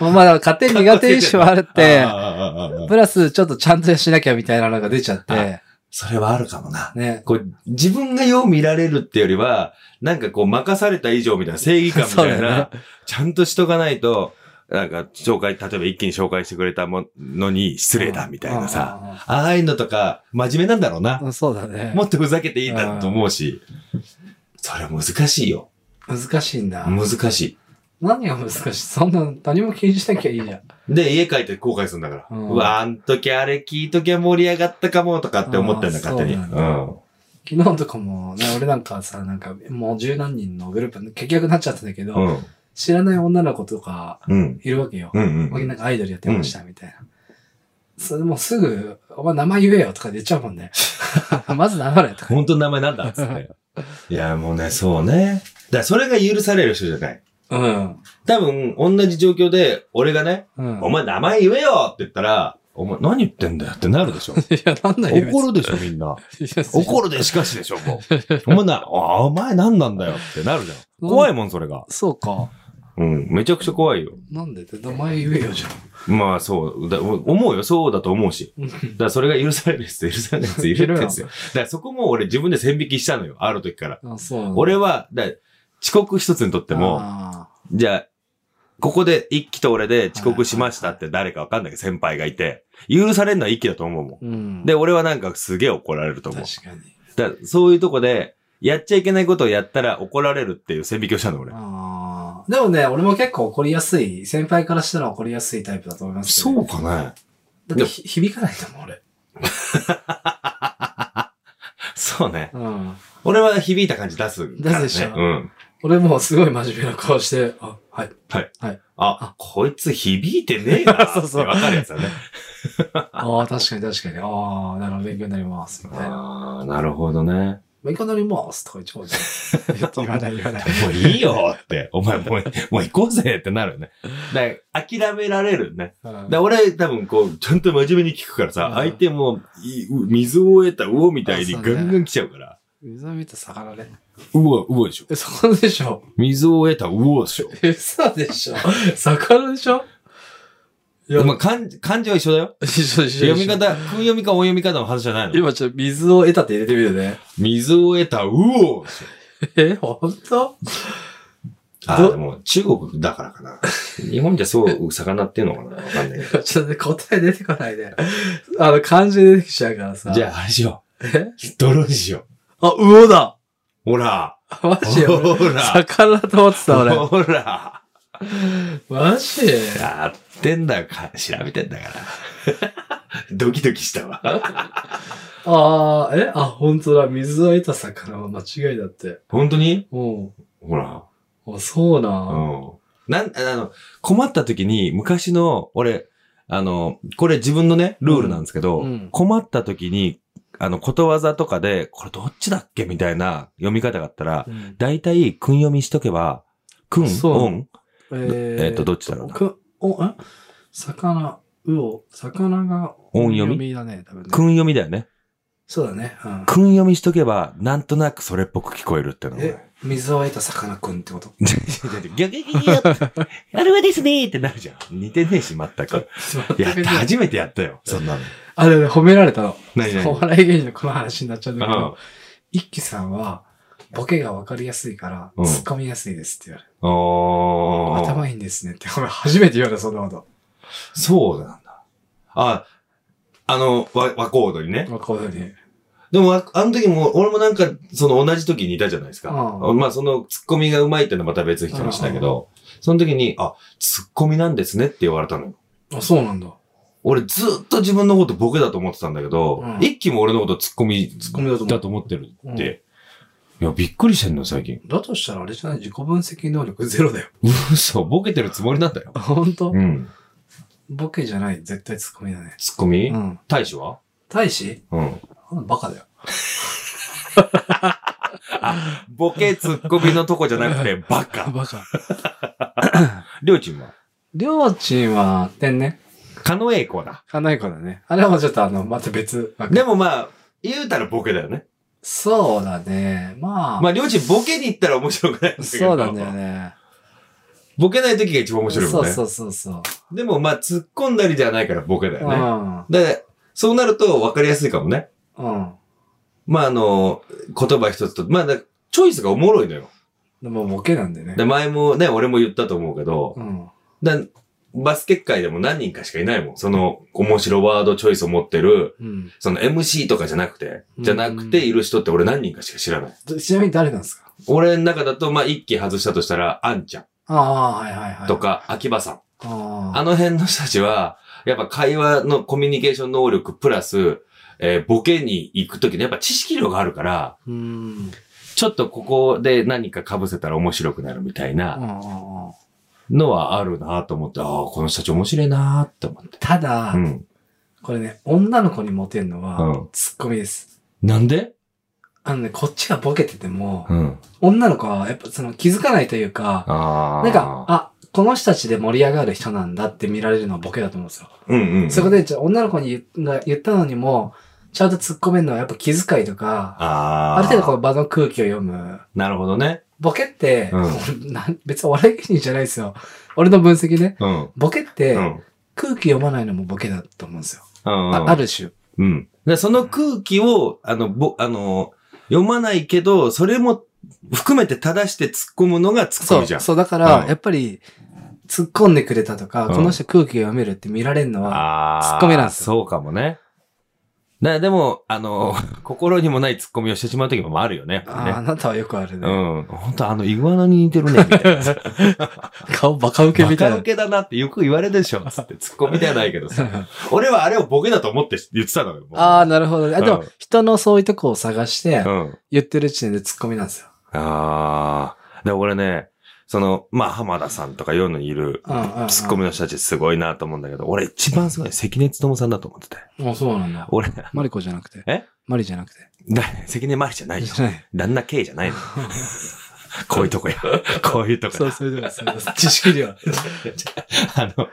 Speaker 2: まあまだ勝手に苦手意識はあるっ
Speaker 1: あー、
Speaker 2: て、
Speaker 1: あーあーあー
Speaker 2: プラスちょっとちゃんとしなきゃみたいなのが出ちゃって、
Speaker 1: それはあるかもな。
Speaker 2: ね。
Speaker 1: こう、自分がよう見られるってよりは、なんかこう、任された以上みたいな正義感みたい
Speaker 2: そうだ
Speaker 1: な、
Speaker 2: よ
Speaker 1: ちゃんとしとかないと、なんか、紹介、例えば一気に紹介してくれたものに失礼だみたいなさ、
Speaker 2: さ。
Speaker 1: ああいうのとか、真面目なんだろうな。
Speaker 2: うんそうだね。
Speaker 1: もっとふざけていいんだと思うし、それは難しいよ。
Speaker 2: 難しいんだ。
Speaker 1: 難し
Speaker 2: 何が難しいそんな、何も気にしなきゃいいじゃん。
Speaker 1: い。で、家帰って後悔するんだから。
Speaker 2: うん
Speaker 1: うわ、あん時あれ聞いときゃ盛り上がったかもとかって思ってんだ、
Speaker 2: あー
Speaker 1: 勝手に。う
Speaker 2: そうなんだ
Speaker 1: ん。
Speaker 2: 昨日とかもね、俺なんかさ、なんかもう十何人のグループ、結局なっちゃったんだけど、
Speaker 1: うん。
Speaker 2: 知らない女の子とか
Speaker 1: うん。
Speaker 2: いるわけよ。
Speaker 1: うん。う
Speaker 2: 俺
Speaker 1: ん。
Speaker 2: なんかアイドルやってました、みたいな。それもうすぐ、お前名前言えよとか言っちゃうもんね。 まず名前だよとか。
Speaker 1: 本当の名前なんだっつって。い や、もうね、そうね。だからそれが許される人じゃない。
Speaker 2: うん。
Speaker 1: 多分、同じ状況で、俺がね、
Speaker 2: うん。
Speaker 1: お前名前言えよって言ったら、お前何言ってんだよってなるでしょ。
Speaker 2: いや、なんだよ。
Speaker 1: 怒るでしょ、みん な。
Speaker 2: 別に
Speaker 1: 怒るでしかしでしょ、もう。お前な、あお前何なんだよってなるじゃん。怖いもん、それが。
Speaker 2: そうか。
Speaker 1: うん、めちゃくちゃ怖いよ。
Speaker 2: なんでって名前言えよじゃん。
Speaker 1: まあそう、だ思うよ、そうだと思うし。
Speaker 2: うん
Speaker 1: だからそれが許されるやつと許されないやついるんですよ。だからそこも俺自分で線引きしたのよ、ある時から。
Speaker 2: あ、そうなんだ。
Speaker 1: 俺は、だから遅刻一つにとっても、
Speaker 2: あ
Speaker 1: じゃあ、ここで一期と俺で遅刻しましたって誰かわかんないけど先輩がいて、許されるのは一期だと思うも
Speaker 2: ー、うん。
Speaker 1: ん。で、、俺はなんかすげえ怒られると思う。
Speaker 2: 確かに。
Speaker 1: だからそういうとこで、やっちゃいけないことをやったら怒られるっていう線引きをしたの、俺。
Speaker 2: ああ。でもね、俺も結構怒りやすい、先輩からしたら怒りやすいタイプだと思いますけど、
Speaker 1: うかね。
Speaker 2: だってひ響かないと思う、俺。
Speaker 1: そうね。
Speaker 2: うん。
Speaker 1: 俺は響いた感じ出すから、ね。
Speaker 2: 出すでしょ
Speaker 1: うん。
Speaker 2: 俺もうすごい真面目な顔して、あ、はい。
Speaker 1: あ、こいつ響いてねえな。
Speaker 2: そう そう
Speaker 1: わかるやつだね。
Speaker 2: ああ、確かに確かに。ああ、なるほど、勉強になります。みたいな。
Speaker 1: ああ、なるほどね。
Speaker 2: 勉強になります。とか言っちゃうじゃん。言わない言わない。
Speaker 1: もういいよって。お前もう、もう行こうぜってなるよね。だから諦められるね。だから俺多分こう、ちゃんと真面目に聞くからさ
Speaker 2: う、ん
Speaker 1: 相手もい、う水を得た魚みたいに
Speaker 2: あそう
Speaker 1: ガ
Speaker 2: ね
Speaker 1: ンガン来ちゃうから。
Speaker 2: 水を見た魚ね。
Speaker 1: 魚、魚でしょ。
Speaker 2: え、魚でしょ
Speaker 1: 水を得た魚でしょ。
Speaker 2: え、嘘でしょ魚でしょい
Speaker 1: お前、漢字、漢字は一緒だよ。
Speaker 2: 一緒一緒
Speaker 1: 読み方、訓読みか音読み方のはずじゃないの。
Speaker 2: 今ちょっと水を得たって入れてみるね。
Speaker 1: 水を得た魚でしょ。
Speaker 2: え、ほんと
Speaker 1: あー、
Speaker 2: ど
Speaker 1: でも中国だからかな。日本じゃそう、魚っていうのかなわかんない け
Speaker 2: ちょっと答え出てこないで。あの、漢字出てきちゃうからさ。
Speaker 1: ど。じゃあ、あれしよ
Speaker 2: え
Speaker 1: う。泥にしよ
Speaker 2: あ、魚だ
Speaker 1: う。ほら。
Speaker 2: マジ
Speaker 1: ほ
Speaker 2: よ。
Speaker 1: ら。
Speaker 2: 魚だと思ってた、俺。
Speaker 1: ほら。
Speaker 2: マジ
Speaker 1: やってんだか、調べてんだから。ドキドキしたわ。
Speaker 2: ああ、えあ、本当だ。水を得た魚は間違いだって。
Speaker 1: 本当に
Speaker 2: うん。
Speaker 1: ほら。
Speaker 2: あ、そうな。
Speaker 1: うん。なん、あの、困った時に、昔の、俺、あの、これ自分のね、ルールなんですけど、
Speaker 2: うんうん
Speaker 1: 困った時に、あの、ことわざとかで、これどっちだっけみたいな読み方があったら、
Speaker 2: うん
Speaker 1: だいたい、訓読みしとけば、訓、
Speaker 2: そう
Speaker 1: 音、
Speaker 2: え
Speaker 1: えっと、どっちだろうな。
Speaker 2: く、お、え魚、うお、魚が、
Speaker 1: 音読み
Speaker 2: だね、多分ね。
Speaker 1: 訓読みだよね。
Speaker 2: そうだね。うん。
Speaker 1: 訓読みしとけば、なんとなくそれっぽく聞こえるっていうのが
Speaker 2: え、水を得た魚くんってこと
Speaker 1: ギョギョギョギョあれはですねーってなるじゃん。似てねえし、全く。 やった、初めてやったよ、そんなの。
Speaker 2: あれ、褒められたの。
Speaker 1: 何
Speaker 2: お
Speaker 1: 々
Speaker 2: 笑い芸人のこの話になっちゃうんだけ
Speaker 1: うん
Speaker 2: ど、一輝さんは、ボケがわかりやすいから、
Speaker 1: うん
Speaker 2: 突っ込みやすいですって言われる。
Speaker 1: おー。
Speaker 2: 頭いいんですねって、俺初めて言われた、そんなこと。
Speaker 1: そうなんだ。あ、あの、和和コードにね。
Speaker 2: まあ、こういうふうに。
Speaker 1: でも、わあの時も、俺もなんか、その同じ時にいたじゃないですか。
Speaker 2: う
Speaker 1: まあ、その、ツッコミがうまいってのはまた別の人でしたけど、その時に、あ、ツッコミなんですねって言われたのよ。
Speaker 2: あ、そうなんだ。
Speaker 1: 俺ずっと自分のことボケだと思ってたんだけど、
Speaker 2: うん
Speaker 1: 一気も俺のことツッコミ、
Speaker 2: ツッコミだと思う
Speaker 1: だと思ってるって。いや、びっくりしてんのよ、最近。
Speaker 2: だとしたらあれじゃない自己分析能力 ゼロだよ。
Speaker 1: 嘘、ボケてるつもりなんだよ。
Speaker 2: ほんと
Speaker 1: うん。
Speaker 2: ボケじゃない。絶対ツッコミだね。
Speaker 1: ツッコミ、
Speaker 2: うん。
Speaker 1: 大使は
Speaker 2: 大使
Speaker 1: うん。
Speaker 2: あバカだよ。
Speaker 1: ボケツッコミのとこじゃな くて、バカ。
Speaker 2: バカ。
Speaker 1: りょうちんは
Speaker 2: りょうちんは、天然
Speaker 1: 狩野英孝だ。
Speaker 2: 花子だね。あれはもうちょっとあの、また別。
Speaker 1: でもまあ、言うたらボケだよね。
Speaker 2: そうだね。まあ。
Speaker 1: まあ、りょうちんボケに行ったら面白くないんだけど。
Speaker 2: そうなんだよ。ね。
Speaker 1: ボケない時が一番面白いもんね。
Speaker 2: そうそうそうそ
Speaker 1: でもまあ、突っ込んだりじゃないからボケだ
Speaker 2: う。
Speaker 1: よね。で、そうなると分かりやすいかもね。
Speaker 2: うん。うん。
Speaker 1: まあ、あの、言葉一つと、まあ、だチョイスがおもろいのよ。
Speaker 2: でもボケなんでね
Speaker 1: で、。前もね、俺も言ったと思うけど、
Speaker 2: うん。
Speaker 1: だバスケ界でも何人かしかいないもん。その、面白ワードチョイスを持ってる、
Speaker 2: うん。
Speaker 1: その MC とかじゃなくて、
Speaker 2: うん
Speaker 1: じゃなくている人って俺何人かしか知らない。
Speaker 2: どちなみに誰なんですか
Speaker 1: 俺の中だと、まあ、一期外したとしたら、あんちゃん
Speaker 2: ああ、はいはいはい。
Speaker 1: と。か、秋葉さん。
Speaker 2: ああ。
Speaker 1: あの辺の人たちは、やっぱ会話のコミュニケーション能力プラス、えーボケに行くときにやっぱ知識量があるから、
Speaker 2: うん。うん
Speaker 1: ちょっとここで何か被せたら面白くなるみたい
Speaker 2: うん
Speaker 1: な
Speaker 2: うん。
Speaker 1: のはあるなと思って、ああ、この人たち面白いなって思って。
Speaker 2: ただ
Speaker 1: う、ん。
Speaker 2: これね、女の子にモテるの
Speaker 1: う
Speaker 2: は
Speaker 1: ん、
Speaker 2: ツッコミです。
Speaker 1: なんで
Speaker 2: あのね、こっちがボケてても、
Speaker 1: うん。
Speaker 2: 女の子はやっぱその気づかないというか、
Speaker 1: ああ。
Speaker 2: なんか、、あ、この人たちで盛り上がる人なんだって見られるのはボケだと思うんですよ。
Speaker 1: うんうん。
Speaker 2: そこ、で、ちょ女の子に言が言ったのにも、ちゃんと突っ込めるのはやっぱ気遣いとか、
Speaker 1: ああ。
Speaker 2: ある程度この場の空気を読む。
Speaker 1: なるほどね。
Speaker 2: ボケって、
Speaker 1: うん
Speaker 2: 俺 なん別にお笑い芸人じゃないですよ。俺の分析ね。
Speaker 1: うん。
Speaker 2: ボケって、
Speaker 1: うん。
Speaker 2: 空気読まないのもボケだと思うんですよ。
Speaker 1: あ
Speaker 2: あある種。
Speaker 1: うん。でその空気を、あの、ぼ、あの、読まないけど、それも含めて正して突っ込むのが突っ込
Speaker 2: そ
Speaker 1: みじゃ
Speaker 2: う。
Speaker 1: ん。
Speaker 2: そう、だから、
Speaker 1: うん
Speaker 2: やっぱり、突っ込んでくれたとか、
Speaker 1: うん
Speaker 2: この人空気が読めるって見られるのは、
Speaker 1: あ
Speaker 2: 突っ込みなんですよ
Speaker 1: そうかもね。だでも、あの、心にもない突っ込みをしてしまう時もあるよね。やっぱ
Speaker 2: ああ
Speaker 1: ね
Speaker 2: あなたはよくある
Speaker 1: う
Speaker 2: ね。
Speaker 1: ん。本当あの、イグアナに似てるね、みたい な。
Speaker 2: 顔バカ受け
Speaker 1: バ
Speaker 2: みたい
Speaker 1: カ
Speaker 2: な。
Speaker 1: ウケだなってよく言われるでしょ、つって。突っ込みではないけど さ。俺はあれをボケだと思って言ってたのよ。
Speaker 2: ああ、なるほどね。あで
Speaker 1: う
Speaker 2: も
Speaker 1: ん、
Speaker 2: 人のそういうとこを探して、
Speaker 1: うん。
Speaker 2: 言ってる時点で突っ込みなんですよ。
Speaker 1: ああ。で、俺ね、その、まあ、浜田さんとか世にいる、
Speaker 2: うんうんうん
Speaker 1: ツッコミの人たちすごいなと思うんだけど、俺一番すごい関根勤さんだと思ってて。
Speaker 2: あ、そうなんだ。
Speaker 1: 俺、
Speaker 2: マリコじゃなくて。
Speaker 1: え
Speaker 2: マリじゃなくて。
Speaker 1: だ関根麻里じゃ ないよ。
Speaker 2: じゃない。
Speaker 1: 旦那 K じゃ ないの。こういうとこや。こういうとこ
Speaker 2: そ
Speaker 1: や
Speaker 2: う、。それでは、そ れでは。知識量。
Speaker 1: あの、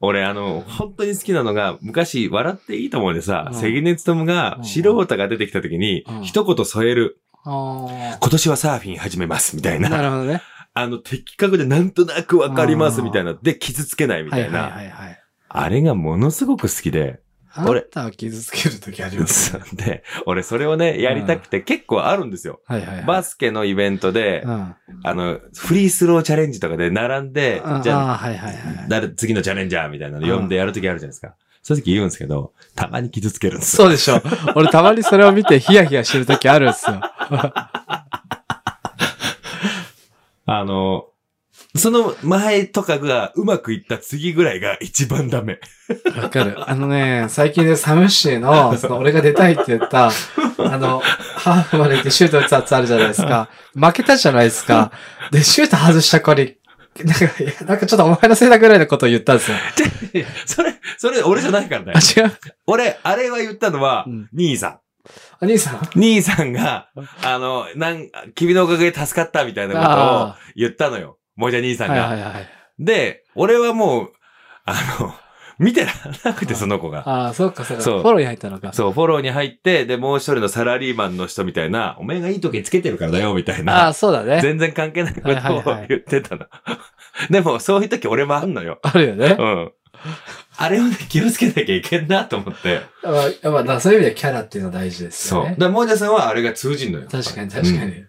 Speaker 1: 俺あの、本当に好きなのが、昔、笑っていいと思うんでさ、
Speaker 2: うん
Speaker 1: 関根勤が
Speaker 2: う、ん
Speaker 1: 素人が出てきた時に
Speaker 2: う、ん
Speaker 1: 一言添える、
Speaker 2: あ
Speaker 1: 今年はサーフィン始めます、みたい
Speaker 2: あ。な
Speaker 1: な。
Speaker 2: るほどね。
Speaker 1: あの、的確でなんとなくわかります、みたいな。で、傷つけないみ
Speaker 2: は
Speaker 1: た
Speaker 2: いはい
Speaker 1: いな。
Speaker 2: はいはい。
Speaker 1: あれがものすごく好きで、
Speaker 2: あ
Speaker 1: 俺
Speaker 2: なたを傷つけるときあります、ね。
Speaker 1: で、俺それをね、やりたくて結構あるんですよ。
Speaker 2: はいはい、はい。
Speaker 1: バスケのイベントで
Speaker 2: う、ん。
Speaker 1: あの、フリースローチャレンジとかで並んで、じ
Speaker 2: じゃ
Speaker 1: ゃあ
Speaker 2: ああー、はいはいはい。
Speaker 1: 誰、次のチャレンジャーみたいなの読んでやるときあるじゃないですか。そういう時言うんですけど、たまに傷つけるんですよ。
Speaker 2: そうでしょ。俺たまにそれを見てヒヤヒヤしてるときあるんですよ。
Speaker 1: あの、その前とかがうまくいった次ぐらいが一番ダメ。
Speaker 2: わかる。あのね、最近ね、サムシーの、その俺が出たいって言った、あの、ハーフまで行ってシュート打つやつあるじゃないですか。負けたじゃないですか。で、シュート外した子に、なんか、いやなんかちょっとお前のせいだぐらいのことを言ったんですよ。
Speaker 1: それ、それ俺じゃないからね。
Speaker 2: あ、違う。
Speaker 1: 俺、あれは言ったのは、
Speaker 2: うん
Speaker 1: 兄さ
Speaker 2: お兄さん。
Speaker 1: ん。兄さんが、あの、なん、君のおかげで助かったみたいなことを
Speaker 2: あ
Speaker 1: 言ったのよ。もじゃ兄さ
Speaker 2: あ
Speaker 1: ん
Speaker 2: ー、
Speaker 1: が。
Speaker 2: はいはいはい。
Speaker 1: で、俺はもう、あの、見てらなくて、
Speaker 2: あ
Speaker 1: その子が。
Speaker 2: ああ、そうかそうか。
Speaker 1: そう
Speaker 2: フォローに入ったのか。
Speaker 1: そう、フォローに入って、で、もう一人のサラリーマンの人みたいな、お前がいい時につけてるからだよ、みたい
Speaker 2: あ
Speaker 1: な。
Speaker 2: あ、そうだね。
Speaker 1: 全然関係ないこと
Speaker 2: はいはいは
Speaker 1: を
Speaker 2: い
Speaker 1: 言ってたの。でも、そういう時俺もあんのよ。
Speaker 2: あるよね
Speaker 1: う。ん。あれをね、気をつけなきゃいけんなと思って。
Speaker 2: やっぱ、やっぱだからそういう意味ではキャラっていうのは大事です
Speaker 1: そう。
Speaker 2: よ
Speaker 1: だか
Speaker 2: ね。
Speaker 1: ら、もんじゃさんはあれが通じんのよ。
Speaker 2: 確かに確かに。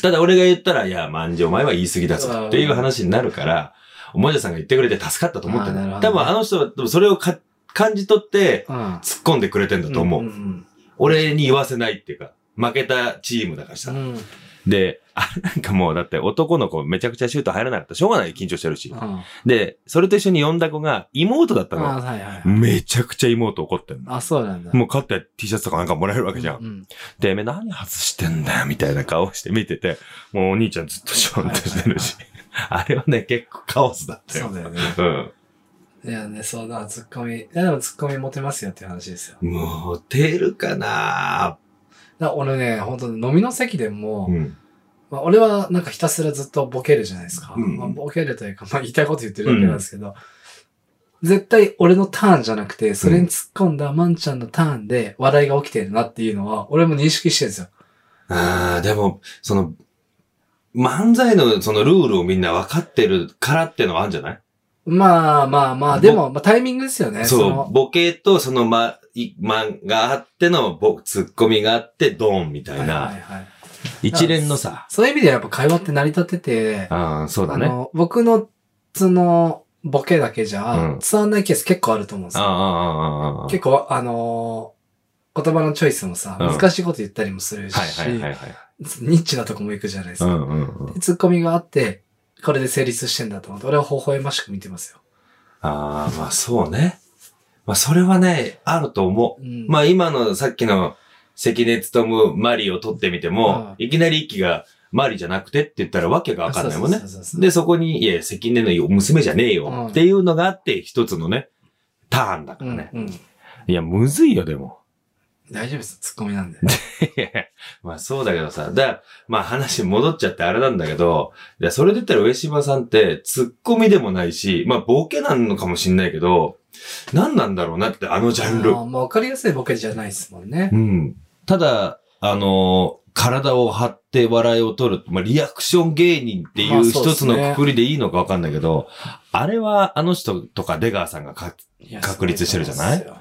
Speaker 1: ただ俺が言ったら、いや、まんじお前は言い過ぎだ
Speaker 2: あ
Speaker 1: ぞ
Speaker 2: ー
Speaker 1: っていう話になるから、おもじゃさんが言ってくれて助かったと思って
Speaker 2: あーなる
Speaker 1: る。
Speaker 2: ほど
Speaker 1: 多分あの人は、でもそれをか感じ取って、
Speaker 2: うん。
Speaker 1: 突っ込んでくれてんだと思う。
Speaker 2: んん
Speaker 1: 俺に言わせないっていうか、負けたチームだから
Speaker 2: う
Speaker 1: さ。
Speaker 2: ん。うん。
Speaker 1: で、あれなんかもうだって男の子めちゃくちゃシュート入らなかった。しょうがない、緊張してるし。
Speaker 2: あ
Speaker 1: で、それと一緒に呼んだ子が妹だった
Speaker 2: あ、
Speaker 1: の。
Speaker 2: はいはい。
Speaker 1: めちゃくちゃ妹怒ってんの。
Speaker 2: あ、そうなんだ。
Speaker 1: もう勝った T シャツとかなんかもらえるわけじゃん。
Speaker 2: ううん。
Speaker 1: てめえ何外してんだよみたいな顔して見てて、もうお兄ちゃんずっとションとしてるし。あれはね、結構カオスだったよ。
Speaker 2: そうだよね。いやね、そうだ、ツッコミ。いやでもツッコミ持てますよっていう話ですよ。
Speaker 1: うん。もう、てるかな
Speaker 2: だから俺ね、本当に飲みの席でも、
Speaker 1: うん。
Speaker 2: まあ、俺はなんかひたすらずっとボケるじゃないですか。
Speaker 1: うん
Speaker 2: まあ、ボケるというか、まあ言いたいこと言ってるだけなんですけど、絶対俺のターンじゃなくて、それに突っ込んだマンちゃんのターンで笑いが起きてるなっていうのは、俺も認識してるんですよ。
Speaker 1: ああ、でも、その、漫才のそのルールをみんな分かってるからってのはあるんじゃない
Speaker 2: まあまあまあ、でも、まあタイミングですよね。そ
Speaker 1: そう、
Speaker 2: の
Speaker 1: ボケとそのま、い、まがあってのぼ、ツッコミがあって、ドーンみたいな。
Speaker 2: はいはいはい。
Speaker 1: 一連のさ。
Speaker 2: そういう意味ではやっぱ会話って成り立ってて、
Speaker 1: ああ、そうだ
Speaker 2: あ
Speaker 1: ね。あ
Speaker 2: の、僕の、その、ボケだけじゃ
Speaker 1: う、ん
Speaker 2: 伝わんないケース結構あると思うんです
Speaker 1: あ、
Speaker 2: よ。
Speaker 1: ああ、ああ。
Speaker 2: 結構、あのー言葉のチョイスもさ、
Speaker 1: うん
Speaker 2: 難しいこと言ったりもするし、
Speaker 1: はいはいはいはい。
Speaker 2: ニッチなとこも行くじゃないです
Speaker 1: う
Speaker 2: か。
Speaker 1: んうんうん。
Speaker 2: でツッコミがあって、これで成立してんだと思って、俺は微笑ましく見てますよ。
Speaker 1: ああ、まあそうね。まあそれはね、あると思
Speaker 2: うん
Speaker 1: う。まあ今のさっきの関根勤マリを取ってみても、いきなり一気がマリじゃなくてって言ったらわけがわかんないもんね
Speaker 2: そう。そうそうそう
Speaker 1: で、そこに、いや、関根の娘じゃねえ
Speaker 2: うん
Speaker 1: よっていうのがあって、一つのね、ターンだか
Speaker 2: う
Speaker 1: ら
Speaker 2: ん、
Speaker 1: ね。
Speaker 2: うん。
Speaker 1: いや、むずいよ、でも。
Speaker 2: 大丈夫です。ツッコミなんで。
Speaker 1: いやいやまあそうだけどさ、だ、まあ話戻っちゃってあれなんだけど、いやそれで言ったら上島さんってツッコミでもないし、まあボケなのかもしんないけど、何なんだろうなってあのジャンル
Speaker 2: あ。ーまあ、わかりやすいボケじゃないですもんね。
Speaker 1: うん。ただ、あのー体を張って笑いを取る、まあリアクション芸人って
Speaker 2: ま
Speaker 1: い
Speaker 2: あ
Speaker 1: う
Speaker 2: そうで
Speaker 1: 一
Speaker 2: す
Speaker 1: つ
Speaker 2: ね
Speaker 1: のくくりでいいのかわかんないけど、あれはあの人とか出川さんがか
Speaker 2: いや
Speaker 1: 確立してるじゃない
Speaker 2: そうですよ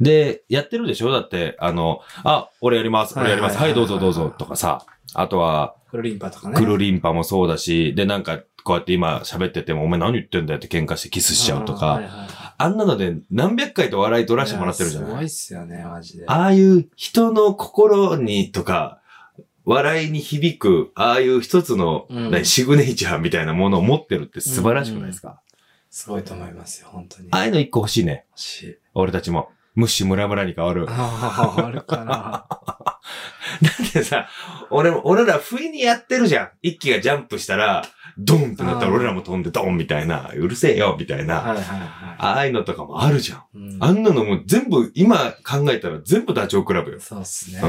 Speaker 1: で、やってるでしょだって、あの、あ、俺やります、俺やります、
Speaker 2: は
Speaker 1: はいい、
Speaker 2: はいは
Speaker 1: ど
Speaker 2: いう
Speaker 1: ぞどうぞ、とかさ、あとは、
Speaker 2: 黒リンパとかね。
Speaker 1: 黒リンパもそうだし、で、なんか、こうやって今喋ってても、お前何言ってんだよって喧嘩してキスしちゃうと
Speaker 2: あーはい
Speaker 1: か、
Speaker 2: はい
Speaker 1: あんなので何百回と笑い取らせてもらってるじゃ
Speaker 2: やす
Speaker 1: な
Speaker 2: ごい
Speaker 1: い
Speaker 2: っすよね、マジで。
Speaker 1: ああいう人の心にとか、笑いに響く、ああいう一つの、
Speaker 2: うん
Speaker 1: ねシグネチャーみたいなものを持ってるって素晴らしくないですか、
Speaker 2: すごいと思いますよ、本当に。
Speaker 1: ああいうの一個欲しいね。
Speaker 2: し。
Speaker 1: 俺たちも。ムッシュムラムラに変わる。
Speaker 2: ああ、あるかな。
Speaker 1: でさ、俺も、俺ら不意にやってるじゃん。一気がジャンプしたら、ドンってなった
Speaker 2: あー
Speaker 1: ら俺らも飛んでドンみたいな、うるせえよ、みたいな。
Speaker 2: はいはいは
Speaker 1: ああいうのとかもあるじゃん。
Speaker 2: い。うん
Speaker 1: あんなのもう全部、今考えたら全部ダチョウ倶楽部よ。
Speaker 2: そうっすね。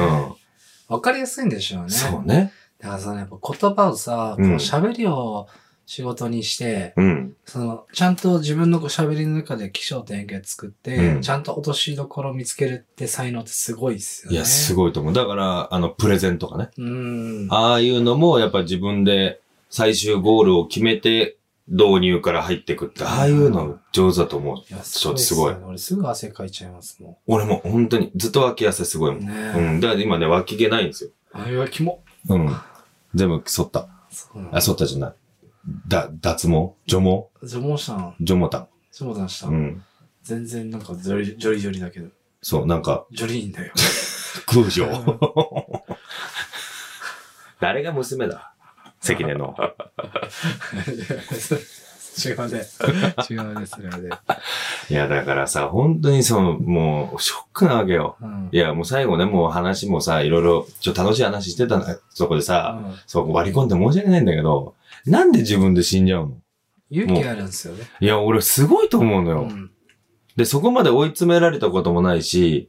Speaker 1: う。
Speaker 2: わかりやすいんでしょうんね。
Speaker 1: そう。ね。
Speaker 2: だからさ、やっぱ言葉をさ、こう
Speaker 1: うん
Speaker 2: 喋りを仕事にして、
Speaker 1: うん。
Speaker 2: その、ちゃんと自分のこう喋りの中で気象点検作って、
Speaker 1: うん
Speaker 2: ちゃんと落としどころを見つけるって才能ってすごいっすよ
Speaker 1: い
Speaker 2: ね。
Speaker 1: や、す
Speaker 2: ご
Speaker 1: ごいと思う。だから、あの、プレゼンとかね。
Speaker 2: い。うん。
Speaker 1: ああいうのも、やっぱ自分で最終ゴールを決めて導入から入ってくって、ああいうの上手だと思う。
Speaker 2: いや、
Speaker 1: ちょっとすごい
Speaker 2: ですよね俺すぐ汗かいちゃいますも
Speaker 1: 俺も本当にずっと脇汗すごいも
Speaker 2: ん。
Speaker 1: ん。
Speaker 2: ね
Speaker 1: う
Speaker 2: え。
Speaker 1: ん。だから今ね、脇毛ないんですよ。
Speaker 2: あれはキモ。
Speaker 1: うん。全部剃った。
Speaker 2: そうな
Speaker 1: あ、剃ったじゃない。だ、脱毛除毛
Speaker 2: の。ジョモーシャン、
Speaker 1: 除毛た。
Speaker 2: ジョモーシャンした。
Speaker 1: うん。
Speaker 2: 全然なんかジョリジョリジョリだけど。
Speaker 1: そう、なんか、
Speaker 2: ジョリーンだよ。
Speaker 1: 空情。 誰が娘だ関根の。
Speaker 2: 違う ね。違うね、それはね。
Speaker 1: いや、だからさ、本当にその、もう、ショックなわけよ。
Speaker 2: うん
Speaker 1: い。や、もう最後ね、もう話もさ、いろいろ、ちょっと楽しい話してたんだそこでさ、
Speaker 2: うん
Speaker 1: そう、割り込んで申し訳ないんだけど、なんで自分で死んじゃうの
Speaker 2: 勇気あるんですよね。
Speaker 1: いや、俺すごいと思うのよ。
Speaker 2: うん
Speaker 1: で、そこまで追い詰められたこともないし、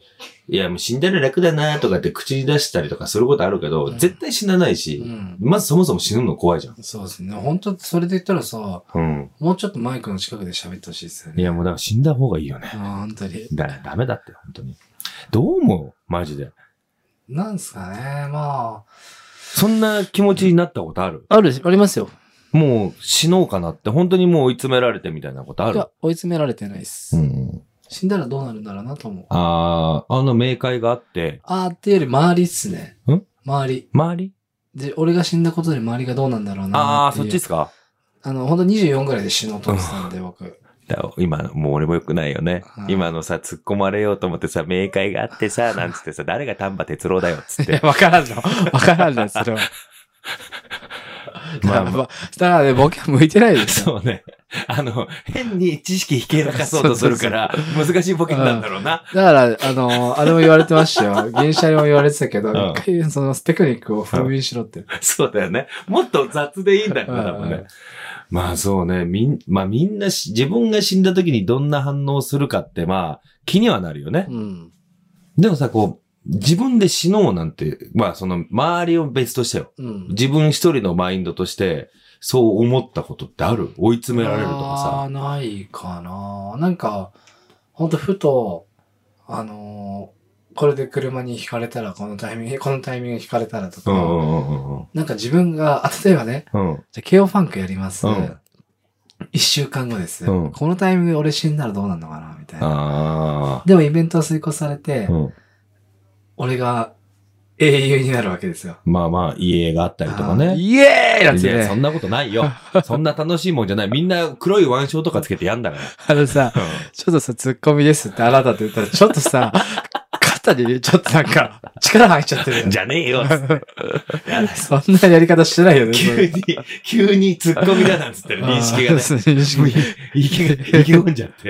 Speaker 1: いや、もう死んだら楽だなとかって口に出したりとかすることあるけど、
Speaker 2: うん
Speaker 1: 絶対死なないし
Speaker 2: う、ん。
Speaker 1: まずそもそも死ぬの怖いじゃん。
Speaker 2: そうですね。本当それで言ったらさ、
Speaker 1: うん。
Speaker 2: もうちょっとマイクの近くで喋ってほしいですよ
Speaker 1: い
Speaker 2: ね。
Speaker 1: や、もうだから死んだ方がいいよね。
Speaker 2: あー本当に。
Speaker 1: だ、ダメだって、本当に。どう思うマジで。
Speaker 2: なんすかね、まあ。
Speaker 1: そんな気持ちになったことある
Speaker 2: ある、ありますよ。
Speaker 1: もう死のうかなって、本当にもう追い詰められてみたいなことあ
Speaker 2: い
Speaker 1: る
Speaker 2: や、追い詰められてないです。
Speaker 1: うん。
Speaker 2: 死んだらどうなるんだろうなと思う。
Speaker 1: ああ、あの明快があって、
Speaker 2: あーっていうより周りっすね。
Speaker 1: ん
Speaker 2: 周り。
Speaker 1: 周り
Speaker 2: で、俺が死んだことで周りがどうなんだろうな
Speaker 1: ああ、
Speaker 2: てい
Speaker 1: そうっちですか
Speaker 2: あの、ほんと24ぐらいで死のうと思ってたんで、僕。
Speaker 1: だ今、もう俺も良くないよね
Speaker 2: う。ん
Speaker 1: 今のさ、突っ込まれようと思ってさ、明快があってさ、なんつってさ、誰が丹波哲郎だよ、つっ
Speaker 2: いや
Speaker 1: て、。
Speaker 2: わからんの。わからんの、それは。
Speaker 1: まあまあ
Speaker 2: だからだからね、僕は向いてないですよ。
Speaker 1: そうね。あの、変に知識ひけら かそうとするから、難しいボケになんだろうな。
Speaker 2: だから、あの、あれも言われて ましたよ。銀シャリも言われてたけど、
Speaker 1: うん
Speaker 2: 一回そのテクニックを封印しろって。
Speaker 1: そうだよね。もっと雑でいいんだよ
Speaker 2: う
Speaker 1: ね、
Speaker 2: ん
Speaker 1: 多分ね。まあそうね。みん、まあみんなし、自分が死んだ時にどんな反応するかって、まあ、気にはなるよね。
Speaker 2: うん。
Speaker 1: でもさ、こう、自分で死のうなんて、まあその周りを別としてよ。
Speaker 2: うん。
Speaker 1: 自分一人のマインドとして、そう思ったことってある追い詰められると
Speaker 2: あー
Speaker 1: か
Speaker 2: ないかな。なんか、ほんとふと、あのーこれで車に引かれたら、このタイミング、このタイミング引かれたらと
Speaker 1: さ。
Speaker 2: か、
Speaker 1: うんうんうんうん
Speaker 2: なんか自分が、あ、例えばね、
Speaker 1: うん。うん。
Speaker 2: じゃあ KO ファンクやります。
Speaker 1: うん
Speaker 2: 一週間後です、
Speaker 1: うん
Speaker 2: このタイミングで俺死んだらどうなんのかなみたいな。
Speaker 1: あ
Speaker 2: でもイベントは遂行されて、
Speaker 1: あ。うん。
Speaker 2: 俺が英雄になるわけですよ。
Speaker 1: まあまあ、いい映画あったりとか
Speaker 2: あー
Speaker 1: ね。
Speaker 2: イエーイなん
Speaker 1: い
Speaker 2: て
Speaker 1: や、そ
Speaker 2: ね。
Speaker 1: んなことない よ。そんな楽しいもんじゃない。みんな黒い腕章とかつけてやんだか
Speaker 2: あのさ、
Speaker 1: ら。
Speaker 2: ちょっとさ、ツッコミですってあなたって言ったら、ちょっとさ、 肩にねちょっとなんか、力入っちゃってるよ
Speaker 1: うん。じゃねえ よ。つってやだ
Speaker 2: そんなやり方してないよね。
Speaker 1: 急に、急に突っ込みだなんつってる認識 がね。
Speaker 2: そう認識
Speaker 1: 意気が、意気込んじゃって。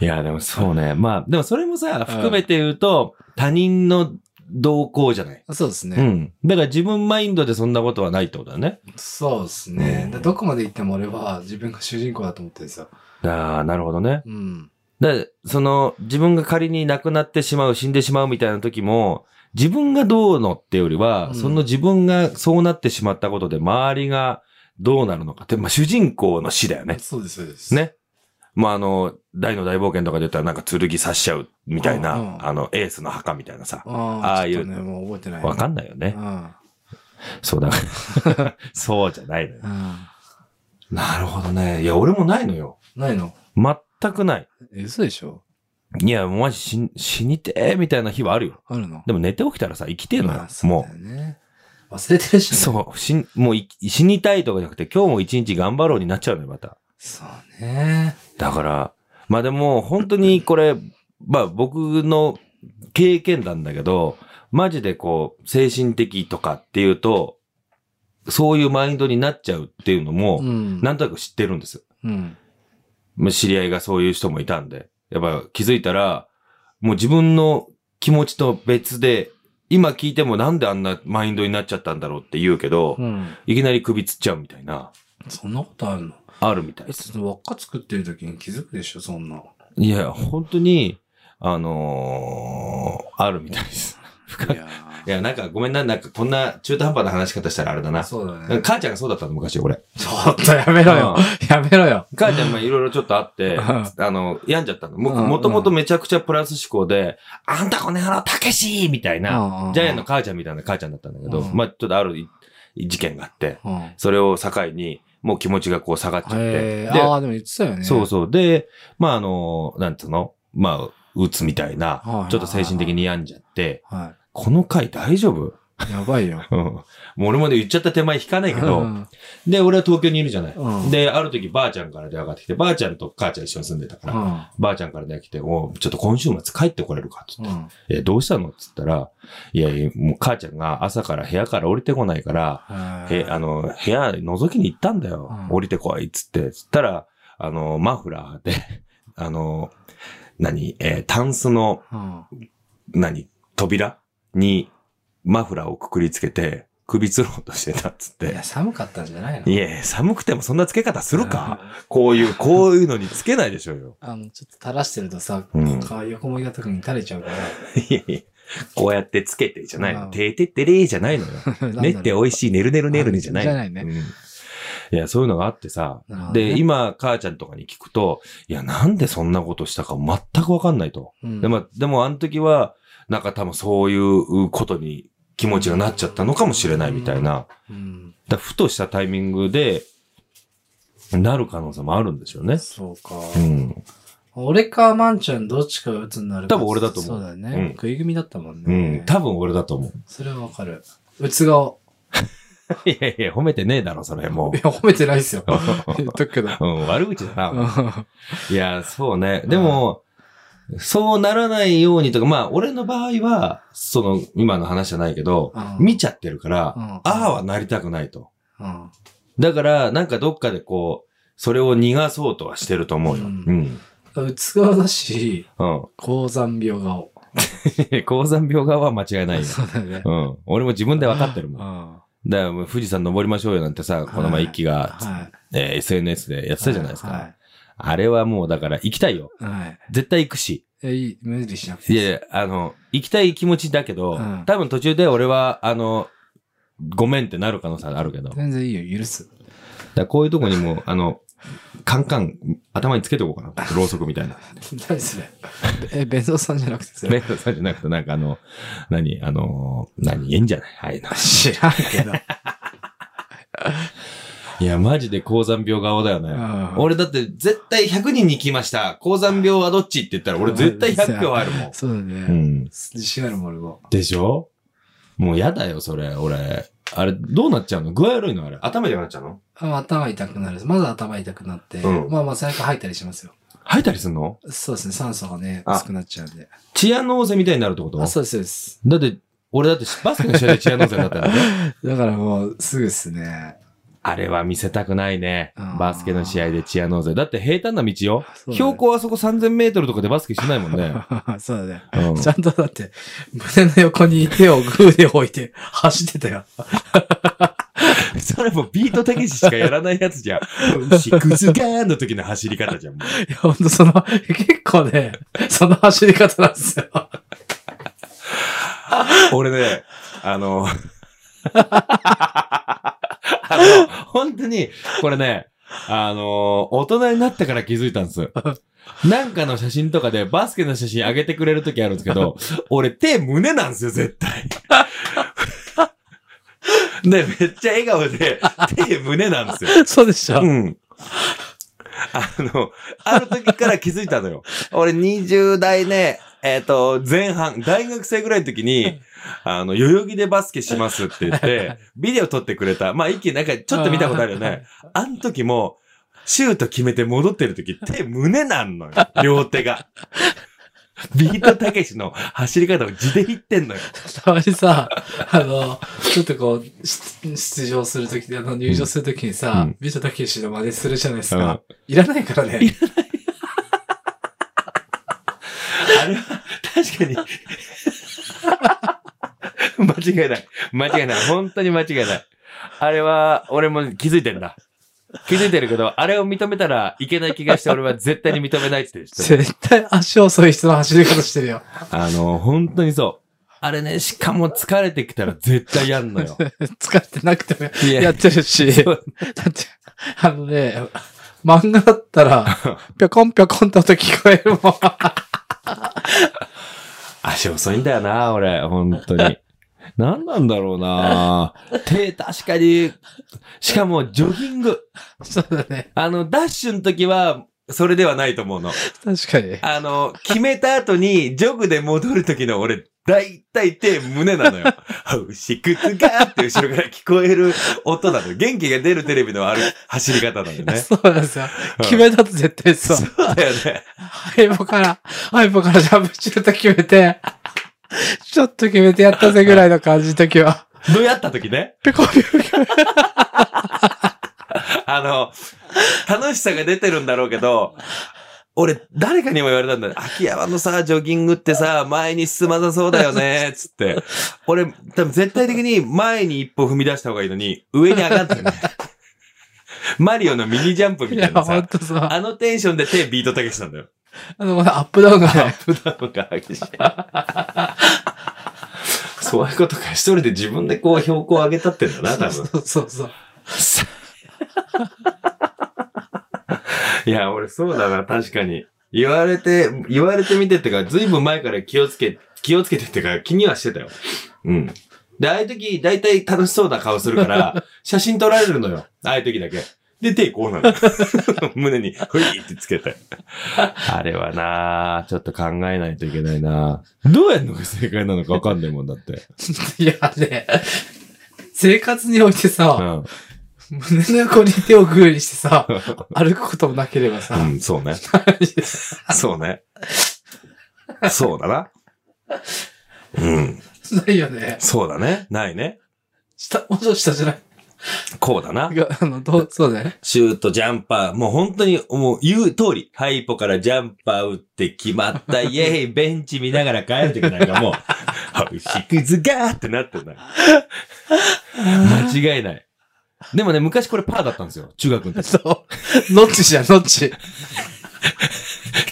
Speaker 1: いや、でもそうね。まあ、でもそれもさ、含めて言うと、他人の動向じゃない。
Speaker 2: そうです
Speaker 1: う
Speaker 2: ね。
Speaker 1: ん。だから自分マインドでそんなことはないってことだね。
Speaker 2: そうですね。
Speaker 1: うん
Speaker 2: どこまで行っても俺は自分が主人公だと思ってるんですよ。
Speaker 1: ああ、なるほどね。
Speaker 2: うん。
Speaker 1: で、その、自分が仮に亡くなってしまう、死んでしまうみたいな時も、自分がどうのってよりは、
Speaker 2: うん
Speaker 1: その自分がそうなってしまったことで、周りがどうなるのかって、まあ主人公の死だよね。
Speaker 2: そうです、そうです。
Speaker 1: ね。まあ、あの、大の大冒険とかで言ったらなんか剣刺しちゃうみたいな、
Speaker 2: うんうん
Speaker 1: あの、エースの墓みたいなさ。
Speaker 2: あ
Speaker 1: あ
Speaker 2: あ
Speaker 1: あ
Speaker 2: あ
Speaker 1: い
Speaker 2: いうう。ね、もう覚えてない。
Speaker 1: わかんないよね。
Speaker 2: うん
Speaker 1: そうだ。 そうじゃないのよ。
Speaker 2: うん。
Speaker 1: なるほどね。いや、俺もないのよ。
Speaker 2: ないの
Speaker 1: 全くない。
Speaker 2: え嘘でしょ
Speaker 1: いや、マジ死ん死にてえみたいな日はあるよ。
Speaker 2: あるの
Speaker 1: でも寝て起きたらさ、生きてえのよ。
Speaker 2: あ
Speaker 1: も
Speaker 2: そうだよね。忘れてる
Speaker 1: う。
Speaker 2: し、ね。
Speaker 1: そう。死ん、もうい死にたいとかじゃなくて、今日も一日頑張ろうになっちゃうのよ、また。
Speaker 2: そうね。
Speaker 1: だから、まあでも本当にこれ、まあ僕の経験談だけど、マジでこう、精神的とかっていうと、そういうマインドになっちゃうっていうのも、
Speaker 2: ん
Speaker 1: なんとなく知ってるんです。
Speaker 2: うん。
Speaker 1: まあ知り合いがそういう人もいたんで、やっぱ気づいたら、もう自分の気持ちと別で、今聞いてもなんであんなマインドになっちゃったんだろうって言うけど、
Speaker 2: うん。
Speaker 1: いきなり首つっちゃうみたいな、
Speaker 2: そんなことあるの
Speaker 1: あるみたい
Speaker 2: え、
Speaker 1: です。
Speaker 2: ちょっと輪っか作ってる時に気づくでしょ、そんな。
Speaker 1: いや、本当に、あのーあるみたいです。
Speaker 2: いや
Speaker 1: いや、なんかごめんな、なんかこんな中途半端な話し方したらあれだな。
Speaker 2: そう
Speaker 1: な
Speaker 2: だ
Speaker 1: ん
Speaker 2: ね。
Speaker 1: か母ちゃんがそうだったの、昔、 俺。
Speaker 2: ちょっとやめろよ。やめろよ。
Speaker 1: 母ちゃんもいろいろちょっとあって、
Speaker 2: うん
Speaker 1: あの、病んじゃったの。も
Speaker 2: うんうん
Speaker 1: もともとめちゃくちゃプラス思考で、あんたこの野郎、たけしみたいな、
Speaker 2: な
Speaker 1: ジャイアンの母ちゃんみたいな母ちゃんだったんだけど、
Speaker 2: うん
Speaker 1: まあちょっとあるい事件があって、
Speaker 2: うん。
Speaker 1: それを境に、もう気持ちがこう下がっちゃって。
Speaker 2: え
Speaker 1: で
Speaker 2: ー、ああ、でも言ってたよね。
Speaker 1: そうそう。で、まあ、あの、なんつうのまあ、うつみたいな、
Speaker 2: はいはいはい
Speaker 1: ちょっと精神的に病んじゃって、
Speaker 2: は
Speaker 1: この回大丈夫
Speaker 2: い。やばいよ。
Speaker 1: うん。もう俺もね、言っちゃった手前引かないけど、
Speaker 2: うん
Speaker 1: で、俺は東京にいるじゃない。
Speaker 2: うん
Speaker 1: で、ある時ばあちゃんから電話がかかってきて、ばあちゃんと母ちゃん一緒に住んでたから、
Speaker 2: うん
Speaker 1: ばあちゃんから電話来て、おちょっと今週末帰ってこれるかっつって、
Speaker 2: うん
Speaker 1: え、どうしたのっつったら、いやいや、もう母ちゃんが朝から部屋から降りてこないから、え、あの、部屋覗きに行ったんだよ。
Speaker 2: うん
Speaker 1: 降りてこいっつって。つったら、あの、マフラーで、 あの、何、えータンスの、
Speaker 2: うん
Speaker 1: 何、扉にマフラーをくくりつけて、首つろうとしてたっつっ
Speaker 2: い
Speaker 1: て
Speaker 2: や、。寒かったんじゃないの
Speaker 1: いやいや寒くてもそんなつけ方するかこういう、こういうのにつけないでしょうよ。
Speaker 2: あの、ちょっと垂らしてるとさ、
Speaker 1: うん
Speaker 2: か横向いた時に垂れちゃうか
Speaker 1: いやいや、こうやってつけてじゃない
Speaker 2: うん
Speaker 1: の。てーてってれーじゃないのよ。
Speaker 2: ら。
Speaker 1: ねって美味しい、ねるねるねるねじゃないの。
Speaker 2: じゃないね
Speaker 1: うんいや、そういうのがあってさ
Speaker 2: なるほ、どね
Speaker 1: で、今、母ちゃんとかに聞くと、いや、なんでそんなことしたか全くわかんないと。
Speaker 2: い。
Speaker 1: でも、でも、あの時は、なんか多分そういうことに気持ちがなっちゃったのかもしれないみたいな。
Speaker 2: うん、
Speaker 1: だからふとしたタイミングで、なる可能性もあるんですよね。
Speaker 2: そうか。
Speaker 1: うん。
Speaker 2: 俺かマンちゃんどっちかが鬱になるか
Speaker 1: 多分俺だと思う
Speaker 2: そうだよね。
Speaker 1: うん
Speaker 2: 食い組みだったもん
Speaker 1: う
Speaker 2: ね。
Speaker 1: ん。多分俺だと思う。
Speaker 2: それはわかる。鬱顔。
Speaker 1: いやいや、褒めてねえだろ、それも
Speaker 2: いや、褒めてないですよ。言っとくけど。
Speaker 1: う。うん、悪口だ
Speaker 2: う
Speaker 1: な。
Speaker 2: ん
Speaker 1: いや、そうね。でも、そうならないようにとか、まあ、俺の場合は、その、今の話じゃないけど、
Speaker 2: うん
Speaker 1: 見ちゃってるから、
Speaker 2: うん
Speaker 1: ああはなりたくないと。
Speaker 2: うん
Speaker 1: だから、なんかどっかでこう、それを逃がそうとはしてると思うよ。う
Speaker 2: う
Speaker 1: んん。
Speaker 2: うつ顔だし、
Speaker 1: うん。
Speaker 2: 高山病顔。
Speaker 1: 高山病側は間違い ないよ。
Speaker 2: そうだよね。
Speaker 1: うん。俺も自分で分かってる
Speaker 2: う
Speaker 1: もん。
Speaker 2: ん
Speaker 1: だからもう富士山登りましょうよなんてさ、この前一気が、
Speaker 2: はい。
Speaker 1: えー SNS でやってたじゃないですか。
Speaker 2: は
Speaker 1: あれはもうだから行きたいよ。
Speaker 2: い。はい
Speaker 1: 絶対行くし。
Speaker 2: え、いい、無理しなくて。
Speaker 1: いやいや、あの、行きたい気持ちだけど、
Speaker 2: うん
Speaker 1: 多分途中で俺は、あの、ごめんってなる可能性あるけど、だか
Speaker 2: 全然いいよ、許す。
Speaker 1: らこういうとこにも、あの、カンカン、頭につけておこうかな。ろうそくみ たいな。
Speaker 2: 何それ。え、弁当さんじゃなくてそれ
Speaker 1: メイクさんじゃなくて、なんかあの、何、あの、何、いいんじゃないああいうの。
Speaker 2: 知らんけど。
Speaker 1: いや、マジで高山病顔だよね。
Speaker 2: うん
Speaker 1: 俺だって絶対100人に聞きました。高山病はどっちって言ったら俺絶対100票あるもん。
Speaker 2: そうだ
Speaker 1: う
Speaker 2: ね。
Speaker 1: ん。
Speaker 2: 自信あるもん、俺も。
Speaker 1: でしょもうやだよ、それ、俺。あれ、どうなっちゃうの具合悪いのあれ。頭痛くなっちゃうの
Speaker 2: あ頭痛くなる。まず頭痛くなって、
Speaker 1: うん
Speaker 2: まあまあ最悪吐いたりしますよ。
Speaker 1: 吐いたりすんの
Speaker 2: そうですね、酸素がね、
Speaker 1: あ
Speaker 2: 薄くなっちゃうんで。
Speaker 1: 治安の王勢みたいになるってこと
Speaker 2: あ、そうです、そうです。
Speaker 1: だって、俺だってバスケの試合で治安の王勢になったんだ ね。
Speaker 2: だからもう、すぐっすね。
Speaker 1: あれは見せたくないね
Speaker 2: あー。
Speaker 1: バスケの試合で治安の王勢。だって平坦な道よ。
Speaker 2: そうだね
Speaker 1: 標高あそこ3000メートルとかでバスケしてないもんね。
Speaker 2: そうだね。
Speaker 1: うん
Speaker 2: ちゃんとだって、胸の横に手をグーで置いて走ってたよ。
Speaker 1: それもうビートたけししかやらないやつじゃ ん。シクズガーンの時の走り方じゃん。もう
Speaker 2: いや、ほんとその、結構ね、その走り方なんですよ。
Speaker 1: 俺ね、あの、 あの、本当に、これね、あの、大人になってから気づいたんです。なんかの写真とかでバスケの写真上げてくれる時あるんですけ ど、俺手胸なんですよ、絶 対。ね、めっちゃ笑顔で、手胸なんですよ。
Speaker 2: そうでした。
Speaker 1: うん。あの、ある時から気づいたのよ。俺20代ね、えっ、と、前半、大学生ぐらいの時に、あの、代々木でバスケしますって言 って、ビデオ撮ってくれた。まあ、一気になんかちょっと見たことあるよね。あの時も、シュート決めて戻ってる時、手胸なんのよ。両手が。ビートたけしの走り方を地で言ってんのよ。
Speaker 2: たまにさ、あの、ちょっとこう、出出場するとき、あの、入場するときにさ、
Speaker 1: うん
Speaker 2: ビートたけしの真似するじゃないですか。いらないからね。
Speaker 1: あれは、確かに。 間違いない。間違いない。本当に間違いない。あれは、俺も気づいてんだ。気づいてるけど、あれを認めたらいけない気がして、俺は絶対に認めないって言ってる
Speaker 2: 絶対足遅い人の走り方してるよ。
Speaker 1: あの、本当にそう。あれね、しかも疲れてきたら絶対やんのよ。
Speaker 2: 疲れてなくても
Speaker 1: いや
Speaker 2: やってるし。だ
Speaker 1: そう
Speaker 2: って、あのね、漫画だっ たら、ぴょこんぴょこんと音聞こえるもん。
Speaker 1: 足遅いんだよな、俺、本当に。何なんだろうな手、確かに、しかもジョギング。
Speaker 2: そうだね。
Speaker 1: あの、ダッシュの時は、それではないと思うの。
Speaker 2: 確かに。
Speaker 1: あの、決めた後に、ジョグで戻る時の俺、大体手、胸な のよ。牛くつがーって後ろから聞こえる 音なのよ。元気が出るテレビのある走り方なのよね。
Speaker 2: そうなんですよ。決めたと絶対そう。
Speaker 1: そうだよね。
Speaker 2: 背後から、背後からジャンプシュート決めて、ちょっと決めてやったぜぐらいの感じの時は、
Speaker 1: どうやった時ね。
Speaker 2: ペコピコピコ。
Speaker 1: あの、楽しさが出てるんだろうけど、俺、誰かにも言われたんだよ。秋山のさ、ジョギングってさ、前に進まなそうだよね、つって。俺、多分絶対的に前に一歩踏み出した方がいいのに、上に上がったよね。マリオのミニジャンプ
Speaker 2: い
Speaker 1: みた
Speaker 2: や、
Speaker 1: いな
Speaker 2: ほん
Speaker 1: さ、
Speaker 2: とそう。あ
Speaker 1: あのテンションで手ビートたけしなんだよ。
Speaker 2: の、まだアップダウンがね、
Speaker 1: 普段が激 しい。そういうことか。一人で自分でこう標高を上げたってんだな、多分。
Speaker 2: そうそうそう。
Speaker 1: いや、俺そうだな、確かに。言われて、言われてみてってか、ずいぶん前から気をつけ、気をつけてってか、気にはしてたよ。うん。で、ああいう時、だいたい楽しそうな顔するから、写真撮られるのよ。ああいう時だけ。で、手こうなの。胸に、ふいってつけて。あれはなちょっと考えないといけないなどうやるのが正解なのかわかんないもんだって。
Speaker 2: いや、ね、生活において
Speaker 1: う
Speaker 2: さ、
Speaker 1: ん。
Speaker 2: 胸の横に手をグーにしてさ、歩くこともなければさ、
Speaker 1: うん、そうね。そうね。そうだな。うん、
Speaker 2: ないよね。
Speaker 1: そうだね。ないね。
Speaker 2: 下、もうちょっと下じゃない。
Speaker 1: こうだな。
Speaker 2: があの、どう、そうだよね。
Speaker 1: シュート、ジャンパー。もう本当に、もう言う通り。ハイポからジャンパー打って決まった。イェイ、ベンチ見ながら帰るときなんかもう、牛くずがーってなってんだ。間違いない。でもね、昔これパーだったんですよ。中学の時。
Speaker 2: そう。ノッチじゃん、ノッチ。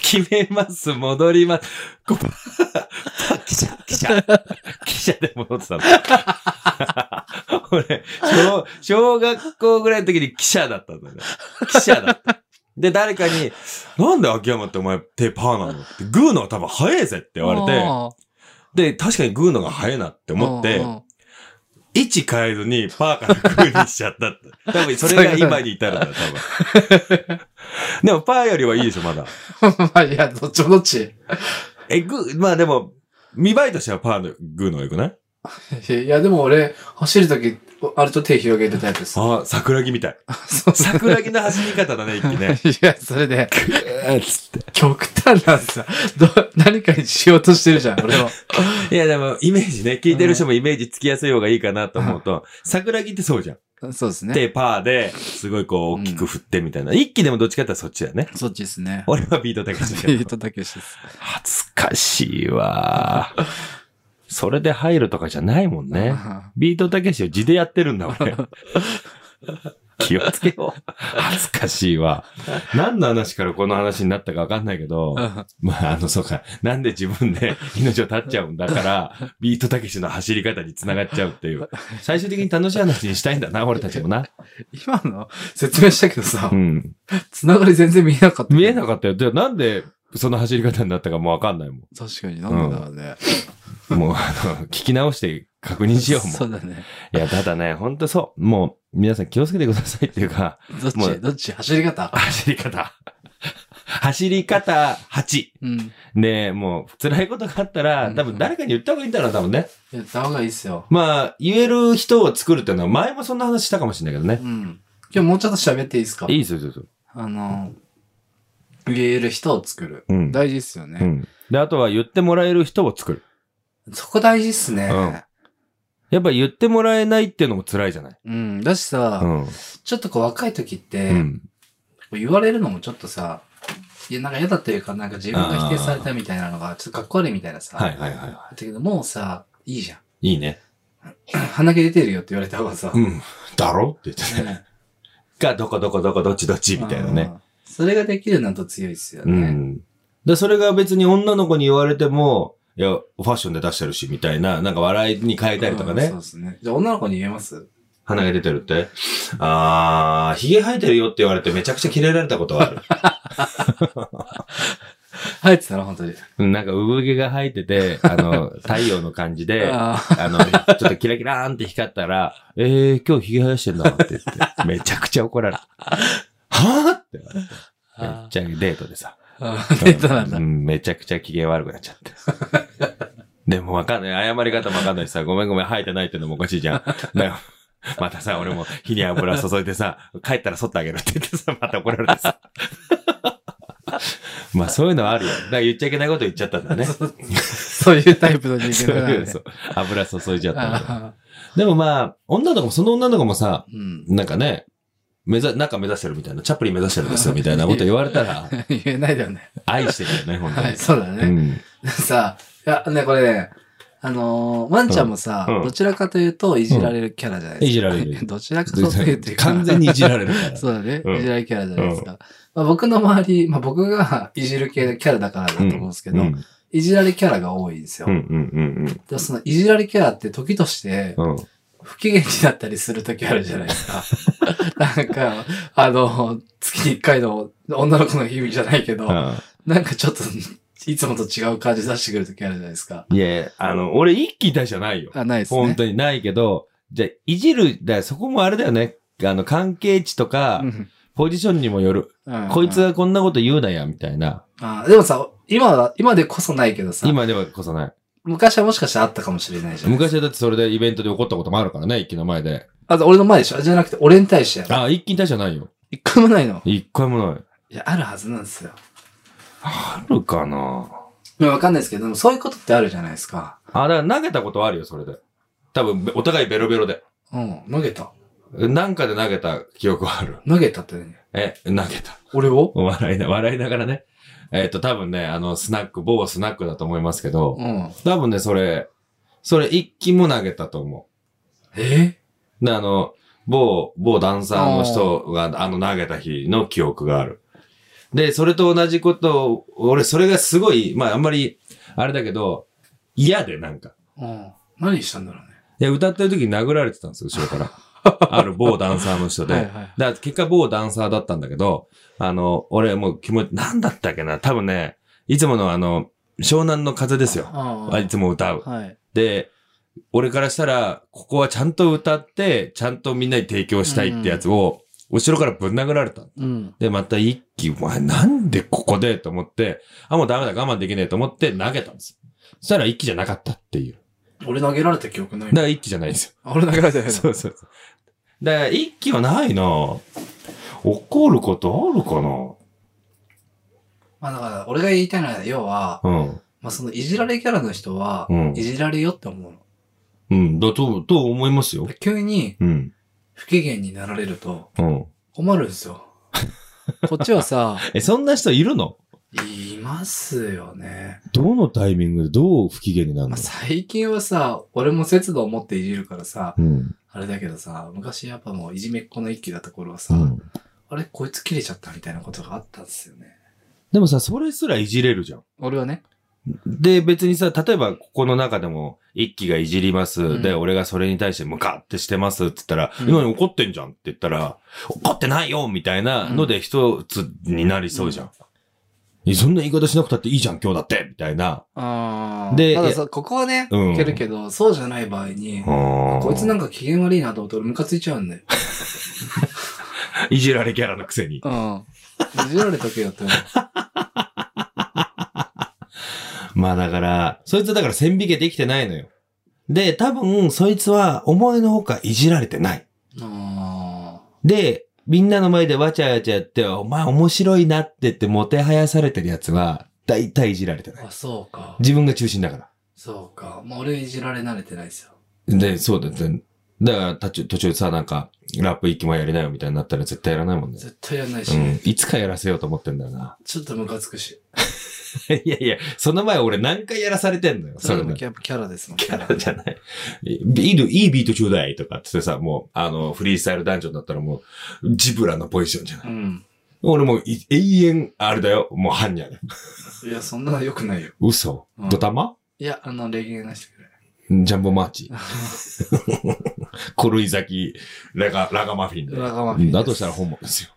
Speaker 1: 決めます、戻ります。こうパー、記者、記者、記者で戻ってたの。俺小、小学校ぐらいの時に記者だったんだよね。記者だった。で、誰かに、なんで秋山ってお前手パーなのって、グーのが多分早いぜって言われ
Speaker 2: あー
Speaker 1: て、で、確かにグーのが早いなって思っ
Speaker 2: う
Speaker 1: て
Speaker 2: んう、ん
Speaker 1: 位置変えずにパーからグーにしちゃったって。多分それが今に至るんだよ、多 分。でもパーよりはいいでしょ、まだ。
Speaker 2: まあ、いや、どっちもどっち。
Speaker 1: え、グー、まあでも、見栄えとしてはパーのグーの方が良くない
Speaker 2: いや、でも俺、走るとき、割と手広げるタイプです。
Speaker 1: ああ、桜木みたい。
Speaker 2: そうそ
Speaker 1: 桜木の走り方だね、一気 ね。
Speaker 2: う。いや、それで、
Speaker 1: つっ
Speaker 2: 極端なんですよ。ど、何かにしようとしてるじ ゃん、俺は。
Speaker 1: て。いや、でも、イメージね、聞いてる人もイメージつきやすい方がいいかなと思うと、桜木ってそうじゃん。
Speaker 2: そうですね。
Speaker 1: 手パーで、すごいこう、大きく振ってみたいな。一気でもどっちかって言ったらそっちだね。
Speaker 2: そっちですね。
Speaker 1: 俺はビートだけして
Speaker 2: ビ
Speaker 1: る
Speaker 2: ー。トたけしです。
Speaker 1: 恥ずかしいわ。それで入るとかじゃないもんね。ビートたけしを地でやってるんだ、俺。 気をつけよう。恥ずかしいわ。何の話からこの話になったかわかんないけど、まあ、あの、そうか。なんで自分で 命を絶っちゃうんだから、ビートたけしの走り方に繋がっちゃうっていう。最終的に楽しい話にしたいんだな、俺たちもな。
Speaker 2: 今の説明したけどさ
Speaker 1: う、ん。
Speaker 2: つながり全然見えなかった。
Speaker 1: 見えなかったよ。じゃあなんで、その走り方になったかもうわかんないも
Speaker 2: 確かになんでだろうね。
Speaker 1: ん。もう、あの、聞き直して確認しようもん。
Speaker 2: そうだね。
Speaker 1: いや、ただね、ほんとそう。もう、皆さん気をつけてくださいっていうか、
Speaker 2: どっ
Speaker 1: も
Speaker 2: ち
Speaker 1: う
Speaker 2: どっち走り方
Speaker 1: 走り方。走り方8。
Speaker 2: うん。
Speaker 1: で、もう、辛いことがあったら、多分誰かに言った方がいいんだろう、多分ね。
Speaker 2: やった方がいいっすよ。
Speaker 1: まあ、言える人を作るっていうのは、前もそんな話したかもしれないけど
Speaker 2: う
Speaker 1: ね。
Speaker 2: ん。今日もうちょっと喋っていいですか
Speaker 1: いいですよ、そうそう。
Speaker 2: あの、言える人を作る。
Speaker 1: うん。
Speaker 2: 大事ですよね。
Speaker 1: うん。で、あとは言ってもらえる人を作る。
Speaker 2: そこ大事っすね。
Speaker 1: やっぱ言ってもらえないっていうのも辛いじゃない。
Speaker 2: うん。だしさ、
Speaker 1: うん。
Speaker 2: ちょっとこう若い時って、
Speaker 1: うん。
Speaker 2: 言われるのもちょっとさ、いや、なんか嫌だというか、なんか自分が否定されたみたいなのが、ちょっとかっこ悪いみたいなさ。
Speaker 1: はいはいはいは
Speaker 2: だけど、もうさ、いいじゃん。
Speaker 1: い。いいね。
Speaker 2: 鼻毛出てるよって言われた方がさ。
Speaker 1: うん。だろって言ってね。
Speaker 2: ね
Speaker 1: が、どこどこどこどっちどっちみたいなね。。
Speaker 2: それができるなんと強いっすよ
Speaker 1: う
Speaker 2: ね。
Speaker 1: ん。で、それが別に女の子に言われても、いや、ファッションで出してるし、みたいな、なんか笑いに変えたりとか
Speaker 2: うん
Speaker 1: ね
Speaker 2: そう。ですね。じゃあ女の子に言えます
Speaker 1: 鼻毛出てるって。あー、髭生えてるよって言われてめちゃくちゃキレられたことはある。
Speaker 2: 生えてたの、本当に。
Speaker 1: なんか産毛が生えてて、あ の、太陽の感じで、あ
Speaker 2: あー
Speaker 1: の、ちょっとキラキラーンって光ったら、えー、今日髭生やしてんだって言って、めちゃくちゃ怒 られた。はぁってなってめっ
Speaker 2: あ
Speaker 1: ちゃデートでさ。
Speaker 2: ー。デートなんだ
Speaker 1: う。ん、めちゃくちゃ機嫌悪くなっちゃって。 でもわかんない。謝り方もわかんないしさ、ごめんごめん、吐いてないってのもおかしいじゃん。だよまたさ、俺も火に油注いでさ、帰ったら剃ってあげるって言ってさ、また怒られて さ。まあそういうのはあるよ。だから言っちゃいけないこと言っちゃったんだね。 そう
Speaker 2: そういうタイプの人間だから
Speaker 1: いう
Speaker 2: ね
Speaker 1: そう。油注いじゃったんだ
Speaker 2: あ
Speaker 1: でもまあ、女の子も、その女の子もさ、
Speaker 2: ーうん。
Speaker 1: なんかね、目指、なんか目指してるみたいな、チャップリン目指してるんですよみたいなこと言われた ら、
Speaker 2: 言えないだよね。
Speaker 1: 愛してるよね、本当
Speaker 2: は
Speaker 1: に
Speaker 2: い、。そうだね。
Speaker 1: うん。
Speaker 2: さあ、いや、ね、これね、あのーワンちゃんもさ、
Speaker 1: うん
Speaker 2: どちらかというと、いじられるキャラじゃないですか。
Speaker 1: うんいじられる
Speaker 2: どちらかというと、
Speaker 1: 完全にいじられるから。
Speaker 2: そうだね、
Speaker 1: うん
Speaker 2: いじられるキャラじゃないですか。まあ、僕の周り、まあ、僕がいじる系のキャラだからだと思うんですけど、
Speaker 1: うん
Speaker 2: いじられキャラが多いんですよ。
Speaker 1: うんうん
Speaker 2: でそのいじられキャラって時として
Speaker 1: うんうん。
Speaker 2: 不機嫌になったりする時あるじゃないですか。 なんか、あの、月に一回の女の子の日々じゃないけど、
Speaker 1: う
Speaker 2: なんかちょっといつもと違う感じ出してくる時あるじゃないですか。
Speaker 1: ん。いや、あの、俺一気に対してはないよ。
Speaker 2: あ、ないですね。
Speaker 1: 本当にないけど、じゃあいじる、だからそこもあれだよね。あの、関係値とか、ポジションにもよる。
Speaker 2: うん
Speaker 1: こいつ。がこんなこと言うなや、みたいな。
Speaker 2: あでもさ、今は、今でこそないけどさ、
Speaker 1: 今ではこそない。
Speaker 2: 昔はもしかしたらあったかもしれないじゃん。
Speaker 1: 昔はだってそれでイベントで怒ったこともあるからね、一気の前で。
Speaker 2: あ、俺の前でしょじゃなくて、俺に対してやろ。
Speaker 1: あ、一気に対してはないよ。
Speaker 2: 一回もないの。
Speaker 1: 一回もない。
Speaker 2: いや、あるはずなんですよ。
Speaker 1: あるかない
Speaker 2: やわかんないですけど、でもそういうことってあるじゃないですか。
Speaker 1: あ、だから投げたことはあるよ、それで。多分、お互いベロベロで。
Speaker 2: うん、投げた。
Speaker 1: なんかで投げた記憶はある。
Speaker 2: 投げたって何
Speaker 1: え、投げた。
Speaker 2: 俺を
Speaker 1: 笑いな、笑いながらね。えっ、と、多分ね、あの、スナック、某スナックだと思いますけど
Speaker 2: う、ん。
Speaker 1: 多分ね、それ、それ一気も投げたと思
Speaker 2: え
Speaker 1: う。で、あの、某、某ダンサーの人が、あの、投げた日の記憶がある。で、それと同じことを、俺、それがすごい、まあ、あんまり、あれだけど、嫌で、なんか。
Speaker 2: うん。何したんだろう
Speaker 1: いや、歌ってる時に殴られてたんですよ、後ろから。ある某ダンサーの人で。
Speaker 2: ね。は
Speaker 1: だ
Speaker 2: い。
Speaker 1: から結果某ダンサーだったんだけど、あの、俺もう気持ち、なんだったっけな多分ね、いつものあの、湘南の風ですよ。
Speaker 2: あ
Speaker 1: あいつも歌う。
Speaker 2: はい。
Speaker 1: で、俺からしたら、ここはちゃんと歌って、ちゃんとみんなに提供したいってやつを、後ろからぶん殴られた。
Speaker 2: うん。
Speaker 1: で、また一気、お前なんでここでと思って、あ、もうダメだ、我慢できねえと思って投げたんです。そしたら一気じゃなかったっていう。
Speaker 2: 俺投げられた記憶ない
Speaker 1: だ。から一気じゃないんですよ。
Speaker 2: 俺投げられたよね。
Speaker 1: そうそうそう。だから、一気はないな怒ることあるかな
Speaker 2: まあだから、俺が言いたいのは、要は、
Speaker 1: うん。
Speaker 2: まあそのいじられキャラの人は
Speaker 1: う、ん
Speaker 2: い。じられよって思うの。
Speaker 1: うん。だと、と思いますよ。
Speaker 2: 急に
Speaker 1: うん。
Speaker 2: 不機嫌になられると
Speaker 1: うん。
Speaker 2: 困るんです よ。こっちはさ、
Speaker 1: え、そんな人いるの
Speaker 2: いますよね。
Speaker 1: どのタイミングでどう不機嫌になる
Speaker 2: まあ、最近はさ、俺も節度を持っていじるからさ、
Speaker 1: うん。
Speaker 2: あれだけどさ、昔やっぱもういじめっ子の一気だった頃はさ、あれこいつ切れちゃったみたいなことがあったんですよね。
Speaker 1: でもさ、それすらいじれるじゃん。
Speaker 2: 俺はね。
Speaker 1: で、別にさ、例えば、ここの中でも、一気がいじります。
Speaker 2: うん
Speaker 1: で、俺がそれに対してムカってしてますって言ったら、
Speaker 2: うん
Speaker 1: 今に怒ってんじゃんって言ったら、怒ってないよみたいなので一つになりそうじゃん。いやそんな言い方しなくたっていいじゃん、今日だってみたいな。
Speaker 2: あ
Speaker 1: で
Speaker 2: で、たださ、ここはね、
Speaker 1: うん
Speaker 2: いけるけど、そうじゃない場合に、こ
Speaker 1: こ
Speaker 2: いつなんんか機嫌悪いなと思って俺ムカついちゃうんだよ。
Speaker 1: いじられキャラのくせに。
Speaker 2: うん。いじられとけよって思う。
Speaker 1: まあだから、そいつはだから線引きできてないのよ。で、多分、そいつは思いのほかいじられてない。
Speaker 2: あ
Speaker 1: で、みんなの前でわちゃわちゃやって、お前面白いなって言ってもてはやされてるやつは、だいたいいじられてな
Speaker 2: ー
Speaker 1: い。
Speaker 2: あ、そうか。
Speaker 1: 自分が中心だから。
Speaker 2: そうか。まあ俺いじられ慣れてないですよ。
Speaker 1: で、そうだよね。だから途中、途中でさ、なんか、ラップ一気もやりなよみたいになったら絶対やらないもんね。
Speaker 2: 絶対やんないし、
Speaker 1: うん。いつかやらせようと思ってんだよな。
Speaker 2: ちょっとムカつくし。
Speaker 1: いやいや、その前俺何回やらされてんのよ。
Speaker 2: それ
Speaker 1: で
Speaker 2: もキャキャラですもん。
Speaker 1: キャラ じゃない。ビール、いいビートちょうだいとかっつってさ、もう、あの、フリースタイルダンジョンだったらもう、ジブラのポジションじゃない。
Speaker 2: うん。
Speaker 1: 俺もうい永遠、あれだよ、もう、ハンニャだよ。
Speaker 2: いや、そんなの良くないよ。
Speaker 1: 嘘
Speaker 2: うん
Speaker 1: ドタマ
Speaker 2: いや、あの、レゲエなしてくれ。
Speaker 1: ジャンボマーチ。 コルイザキ、ラガ、ラガマフィンだよ
Speaker 2: ラガマフィンです
Speaker 1: だとしたら本物ですよ。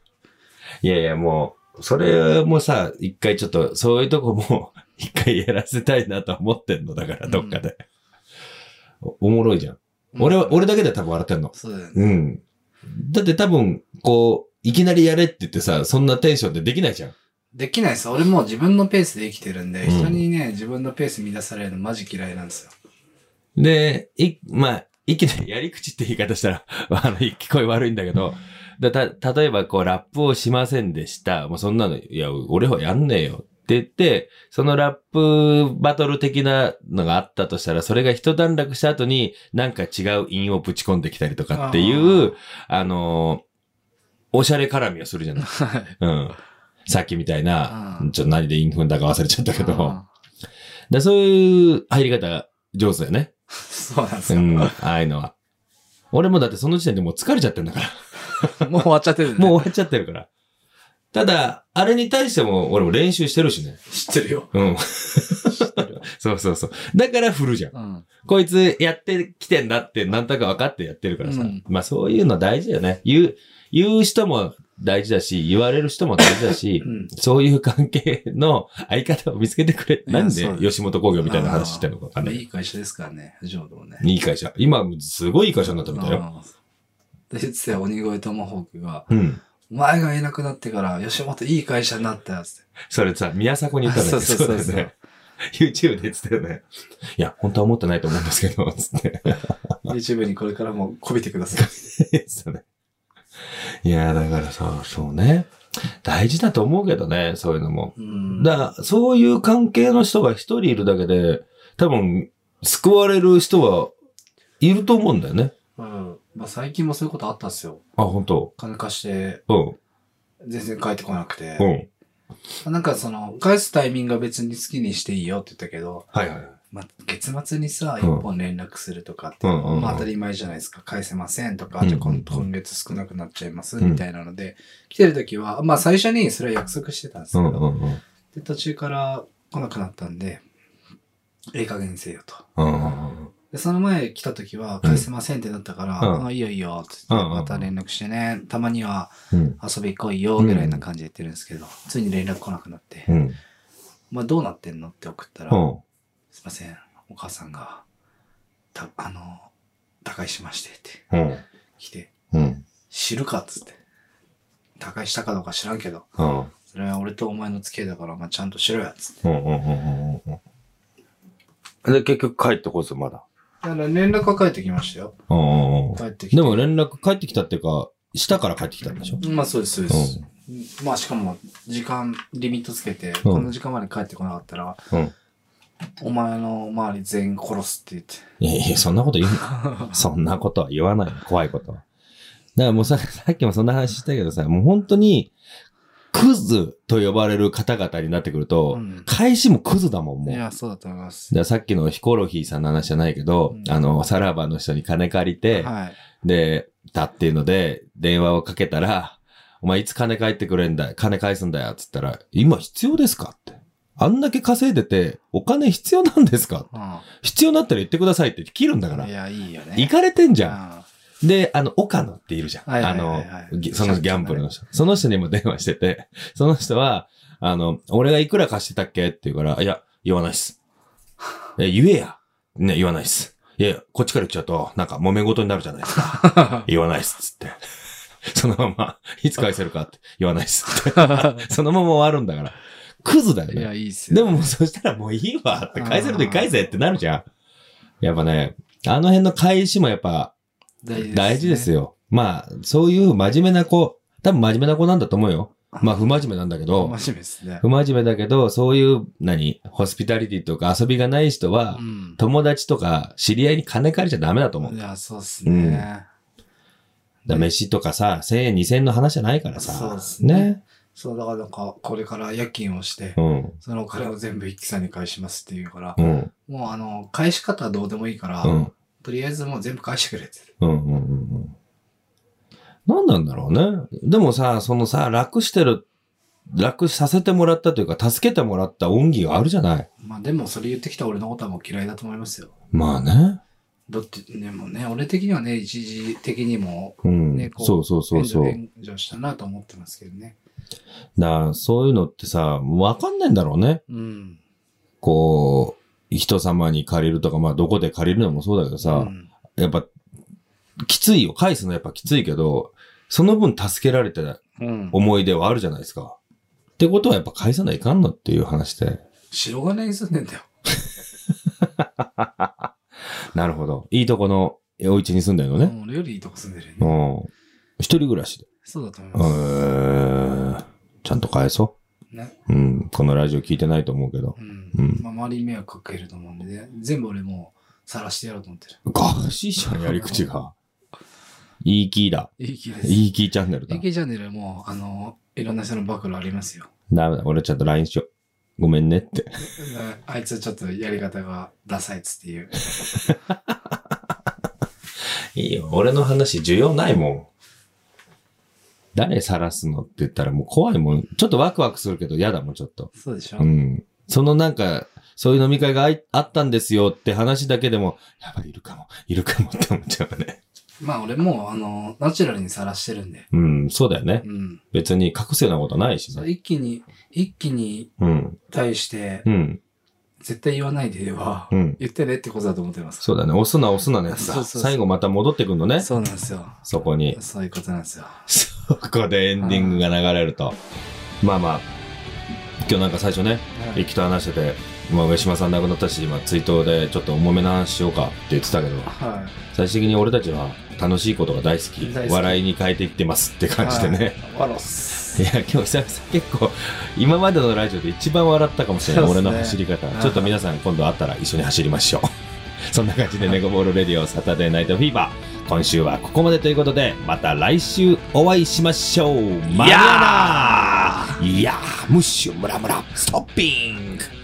Speaker 1: いやいや、もう、それもさ、一回ちょっと、そういうとこも、 一回やらせたいなとは思ってんの、だから、どっかで。おおもろいじゃん。俺は、俺だけで多分笑ってんの。
Speaker 2: そうだよね。
Speaker 1: うん。だって多分、こう、いきなりやれって言ってさ、そんなテンションでできないじゃん。
Speaker 2: できないさ、俺もう自分のペースで生きてるんで、
Speaker 1: うん
Speaker 2: 人にね、自分のペース乱されるのマジ嫌いなんですよ。
Speaker 1: で、い、まあ、いきなりやり口って言い方したら、 あの、聞こえ悪いんだけど、だた、例えばこう、ラップをしませんでした。もうそんなの、いや、俺はやんねえよって言って、そのラップバトル的なのがあったとしたら、それが一段落した後に、なんか違う韻をぶち込んできたりとかっていう、あのおしゃれ絡みをするじゃない。うん。さっきみたいな
Speaker 2: う、ん
Speaker 1: ちょっと何で韻踏んだか忘れちゃったけど、だか
Speaker 2: あー
Speaker 1: らそういう入り方上手だよね。
Speaker 2: そうなんです
Speaker 1: う
Speaker 2: よ。
Speaker 1: ん、
Speaker 2: も
Speaker 1: ああいうのは。俺もだってその時点でもう疲れちゃってんだから。
Speaker 2: う終わっちゃってるね。
Speaker 1: もう終わっちゃってるから。ただ、あれに対しても俺も練習してるしね。
Speaker 2: 知ってるよ。
Speaker 1: うん。 そうそうそう。だから振るじゃん。
Speaker 2: うん。
Speaker 1: こいつやってきてんだってなんとか分かってやってるからさ。
Speaker 2: うん
Speaker 1: まあそういうの大事だよね。言う、言う人も大事だし、言われる人も大事だし
Speaker 2: う、ん。
Speaker 1: そういう関係の相方を見つけてくれ。
Speaker 2: や
Speaker 1: なん
Speaker 2: そう
Speaker 1: で
Speaker 2: です
Speaker 1: 吉本興業みたいな話してんのか分かんない
Speaker 2: いい会社ですからね、浄土もね。
Speaker 1: いい会社。今、すごいいい会社になったみたいよ。
Speaker 2: あーで、いつや鬼越トマホークが、
Speaker 1: うん。
Speaker 2: お前がいなくなってから、吉本いい会社になったよ、つって。
Speaker 1: それさ、宮迫に言ったんだ
Speaker 2: あそうそうそうそう
Speaker 1: だよね。YouTube で言ってたよね。いや、本当は思ってないと思うんですけど、つって。
Speaker 2: YouTube にこれからもこびてく ださい。
Speaker 1: 言ってたねいや、だからさ、そうね。大事だと思うけどね、そういうのも。
Speaker 2: うん。
Speaker 1: だから、そういう関係の人が一人いるだけで、多分、救われる人はいると思うんだよね。
Speaker 2: うん。まあ最近もそういうことあったっすよ。
Speaker 1: あ、本当
Speaker 2: 金貸して、
Speaker 1: うん、
Speaker 2: 全然返ってこなくて。
Speaker 1: うん。
Speaker 2: なんかその、返すタイミングは別に好きにしていいよって言ったけど、
Speaker 1: はいはい。
Speaker 2: まあ、月末にさ、一
Speaker 1: うん
Speaker 2: 本連絡するとかって、
Speaker 1: うんうんうん
Speaker 2: まあ当たり前じゃないですか。返せませんとか、
Speaker 1: うんうん
Speaker 2: じ
Speaker 1: う
Speaker 2: ゃ
Speaker 1: ん
Speaker 2: あ今今月少なくなっちゃいます、
Speaker 1: うん
Speaker 2: みたいなので、来てる時は、まあ最初にそれは約束してたんです
Speaker 1: う
Speaker 2: けど、
Speaker 1: んうんうん。
Speaker 2: で途中から来なくなったんで、ええ加減にせよと。
Speaker 1: うんうんうん
Speaker 2: で、その前来た時は、返せませんってなったから、
Speaker 1: うん
Speaker 2: ああいいよいいよ、って
Speaker 1: う
Speaker 2: 言
Speaker 1: んうん
Speaker 2: って、
Speaker 1: うん
Speaker 2: また連絡してね、たまには
Speaker 1: うん。
Speaker 2: 遊び来いよ、ぐらいな感じで言ってるんですけど、ついに連絡来なくなって、
Speaker 1: うん。うん。
Speaker 2: まあどうなってんのって送ったら、
Speaker 1: うん
Speaker 2: すいません、お母さんが、た、あの、他界しましてって
Speaker 1: うん。
Speaker 2: 来て、
Speaker 1: うん。
Speaker 2: 知るかっつって。他界したかどうか知らんけど、
Speaker 1: うん。
Speaker 2: それは俺とお前の付き合いだから、まあちゃんとしろや、つって。
Speaker 1: うんうんうんうんうんうん。で、結局帰ってこず、まだ。
Speaker 2: だから連絡は返ってきましたよ。
Speaker 1: うんうんうん。
Speaker 2: 帰ってきて。
Speaker 1: でも連絡帰ってきたっていうか、下から帰ってきたんでしょ
Speaker 2: まあそうです、そうです。まあしかも、時間、リミットつけて、この時間まで帰ってこなかったら、
Speaker 1: うん
Speaker 2: お前の周り全員殺すって言って。
Speaker 1: いやいや、そんなこと言う。そんなことは言わない。怖いことは。だからもうさ、さっきもそんな話したけどさ、もう本当に、クズと呼ばれる方々になってくると、
Speaker 2: うん
Speaker 1: 返しもクズだもん、もう。
Speaker 2: いや、そうだと思います。
Speaker 1: だからさっきのヒコロヒーさんの話じゃないけど、
Speaker 2: うん
Speaker 1: あの、さらばの人に金借りて、
Speaker 2: はい。
Speaker 1: で、たっていうので、電話をかけたら、お前いつ金返ってくれんだ金返すんだよっつったら、今必要ですかって。あんだけ稼いでて、お金必要なんですか
Speaker 2: う
Speaker 1: 必要になったら言ってくださいって切るんだか
Speaker 2: ん。
Speaker 1: ら
Speaker 2: い。や、いいよね。
Speaker 1: 行かれてんじゃん。
Speaker 2: ゃ
Speaker 1: で、あの、岡野っているじゃん。
Speaker 2: はいは
Speaker 1: あ
Speaker 2: いはい
Speaker 1: の
Speaker 2: はい、
Speaker 1: ぎそのギャンブルの人。その人にも電話してて、 その人は、あの、俺がいくら貸してたっけって言うから、いや、言わないっす。いや言えや。ね、言わないっす。いや、こっちから言っちゃうと、なんか揉め事になるじゃないですか。 言わないっす、つって。 そのまま、いつ返せるかって言わないっすって。 そのまま終わるんだから。クズだよ
Speaker 2: いや、
Speaker 1: ね。
Speaker 2: いいっすよ。
Speaker 1: でももうそしたらもういいわって、返せるとき返せってなるじゃん。やっぱね、あの辺の返しもやっぱ大事です
Speaker 2: よ。
Speaker 1: よ。まあ、そういう真面目な子、多分真面目な子なんだと思うよ。まあ、不真面目なんだけど、
Speaker 2: 真面目ですね
Speaker 1: 不。真面目だけど、そういう、何、ホスピタリティとか遊びがない人は
Speaker 2: う、ん。
Speaker 1: 友達とか知り合いに金借りちゃダメだと思う
Speaker 2: い。や、そうっす
Speaker 1: うん
Speaker 2: ね。
Speaker 1: だから飯とかさ、1000円、2000円の話じゃないからさ。
Speaker 2: そうですね。そう、だからなんか、これから夜勤をして、
Speaker 1: うん。
Speaker 2: そのお金を全部一気さんに返しますって言うから
Speaker 1: う、ん。
Speaker 2: もうあの、返し方はどうでもいいから
Speaker 1: う、ん。
Speaker 2: とりあえずもう全部返してくれって。
Speaker 1: うん。うん。うんうん。何なんだろうね。でもさ、そのさ、楽してる、楽させてもらったというか、助けてもらった恩義があるじゃない。
Speaker 2: まあでもそれ言ってきた俺のことはもう嫌いだと思いますよ。
Speaker 1: まあね。
Speaker 2: だってね、もうね、俺的にはね、一時的にも
Speaker 1: うん。
Speaker 2: ねこう
Speaker 1: そうそうそうそう。
Speaker 2: 援助したなと思ってますけどね。
Speaker 1: だそういうのってさ、わかんないんだろうね。
Speaker 2: うん。
Speaker 1: こう、人様に借りるとか、まあどこで借りるのもそうだけど
Speaker 2: う
Speaker 1: さ、
Speaker 2: ん
Speaker 1: やっぱ、きついよ。返すのやっぱきついけど、その分助けられた
Speaker 2: うん。
Speaker 1: 思い出はあるじゃないですか。ってことはやっぱ返さないかんのっていう話で。
Speaker 2: 白金に住んでんだよ。
Speaker 1: なるほど。いいとこのお家に住んでるのね。
Speaker 2: うん俺よりいいとこ住んでるよね。
Speaker 1: うん。一人暮らしで。
Speaker 2: そうだと思い
Speaker 1: え
Speaker 2: ま
Speaker 1: ー、
Speaker 2: す。
Speaker 1: ちゃんと返そ
Speaker 2: ね。
Speaker 1: う。うん。このラジオ聞いてないと思うけど。
Speaker 2: うん。
Speaker 1: うん
Speaker 2: まあ、周りに迷惑かけると思うんでね。全部俺もう晒してやろうと思ってる。
Speaker 1: おかしいじゃん、やり口が。いいキーだ。
Speaker 2: いい気です。
Speaker 1: いいキーチャンネルだ
Speaker 2: 演。芸チャンネルも、あの、いろんな人の暴露ありますよ。
Speaker 1: ダメだ。俺ちゃんと LINE しよう。ごめんねって。
Speaker 2: あいつちょっとやり方がダサいっつっていう。
Speaker 1: いいよ。俺の話需要ないもん。誰晒すのって言ったらもう怖いもん。ちょっとワクワクするけど嫌だもん、ちょっと。
Speaker 2: そうでしょ、
Speaker 1: うん。そのなんか、そういう飲み会があいあったんですよって話だけでも、やばい、いるかも、いるかもって思っちゃうね。
Speaker 2: まあ俺もう、あの、ナチュラルにさらしてるんで。
Speaker 1: うん、そうだよね
Speaker 2: う。ん。
Speaker 1: 別に隠すようなことないしさ。
Speaker 2: 一気に、一気に
Speaker 1: うん、
Speaker 2: 対して、
Speaker 1: うん、
Speaker 2: 絶対言わないで言え ば、
Speaker 1: うん。
Speaker 2: 言ってねってことだと思ってます。
Speaker 1: そうだね。押すな、押すなのやつ
Speaker 2: そう
Speaker 1: だ。
Speaker 2: そうそう
Speaker 1: 最後また戻ってくんのね。そ
Speaker 2: そうなんですよ。
Speaker 1: こに。
Speaker 2: そういうことなんですよ。
Speaker 1: そこでエンディングが流れると。まあまあ、今日なんか最初ね、一気と話してて、まあ上島さん亡くなったし、今追悼でちょっと重めな話しようかって言ってたけど、
Speaker 2: は
Speaker 1: 最終的に俺たちは楽しいことが大好き、
Speaker 2: 大好き
Speaker 1: 笑いに変えていってますって
Speaker 2: い。
Speaker 1: 感じでね。
Speaker 2: はい。笑っす
Speaker 1: いや、今日久々結構、今までのラジオで一番笑ったかもしれない、
Speaker 2: そうっ
Speaker 1: 俺
Speaker 2: すね
Speaker 1: の走り方
Speaker 2: は。い
Speaker 1: ちょっと皆さん今度会ったら一緒に走りましょう。 そんな感じで、ネゴボールレディオサタデーナイトフィーバー。今週はここまでということで、また来週お会いしましょう。マリアナいやー、ムッシュムラムラ、ストッピング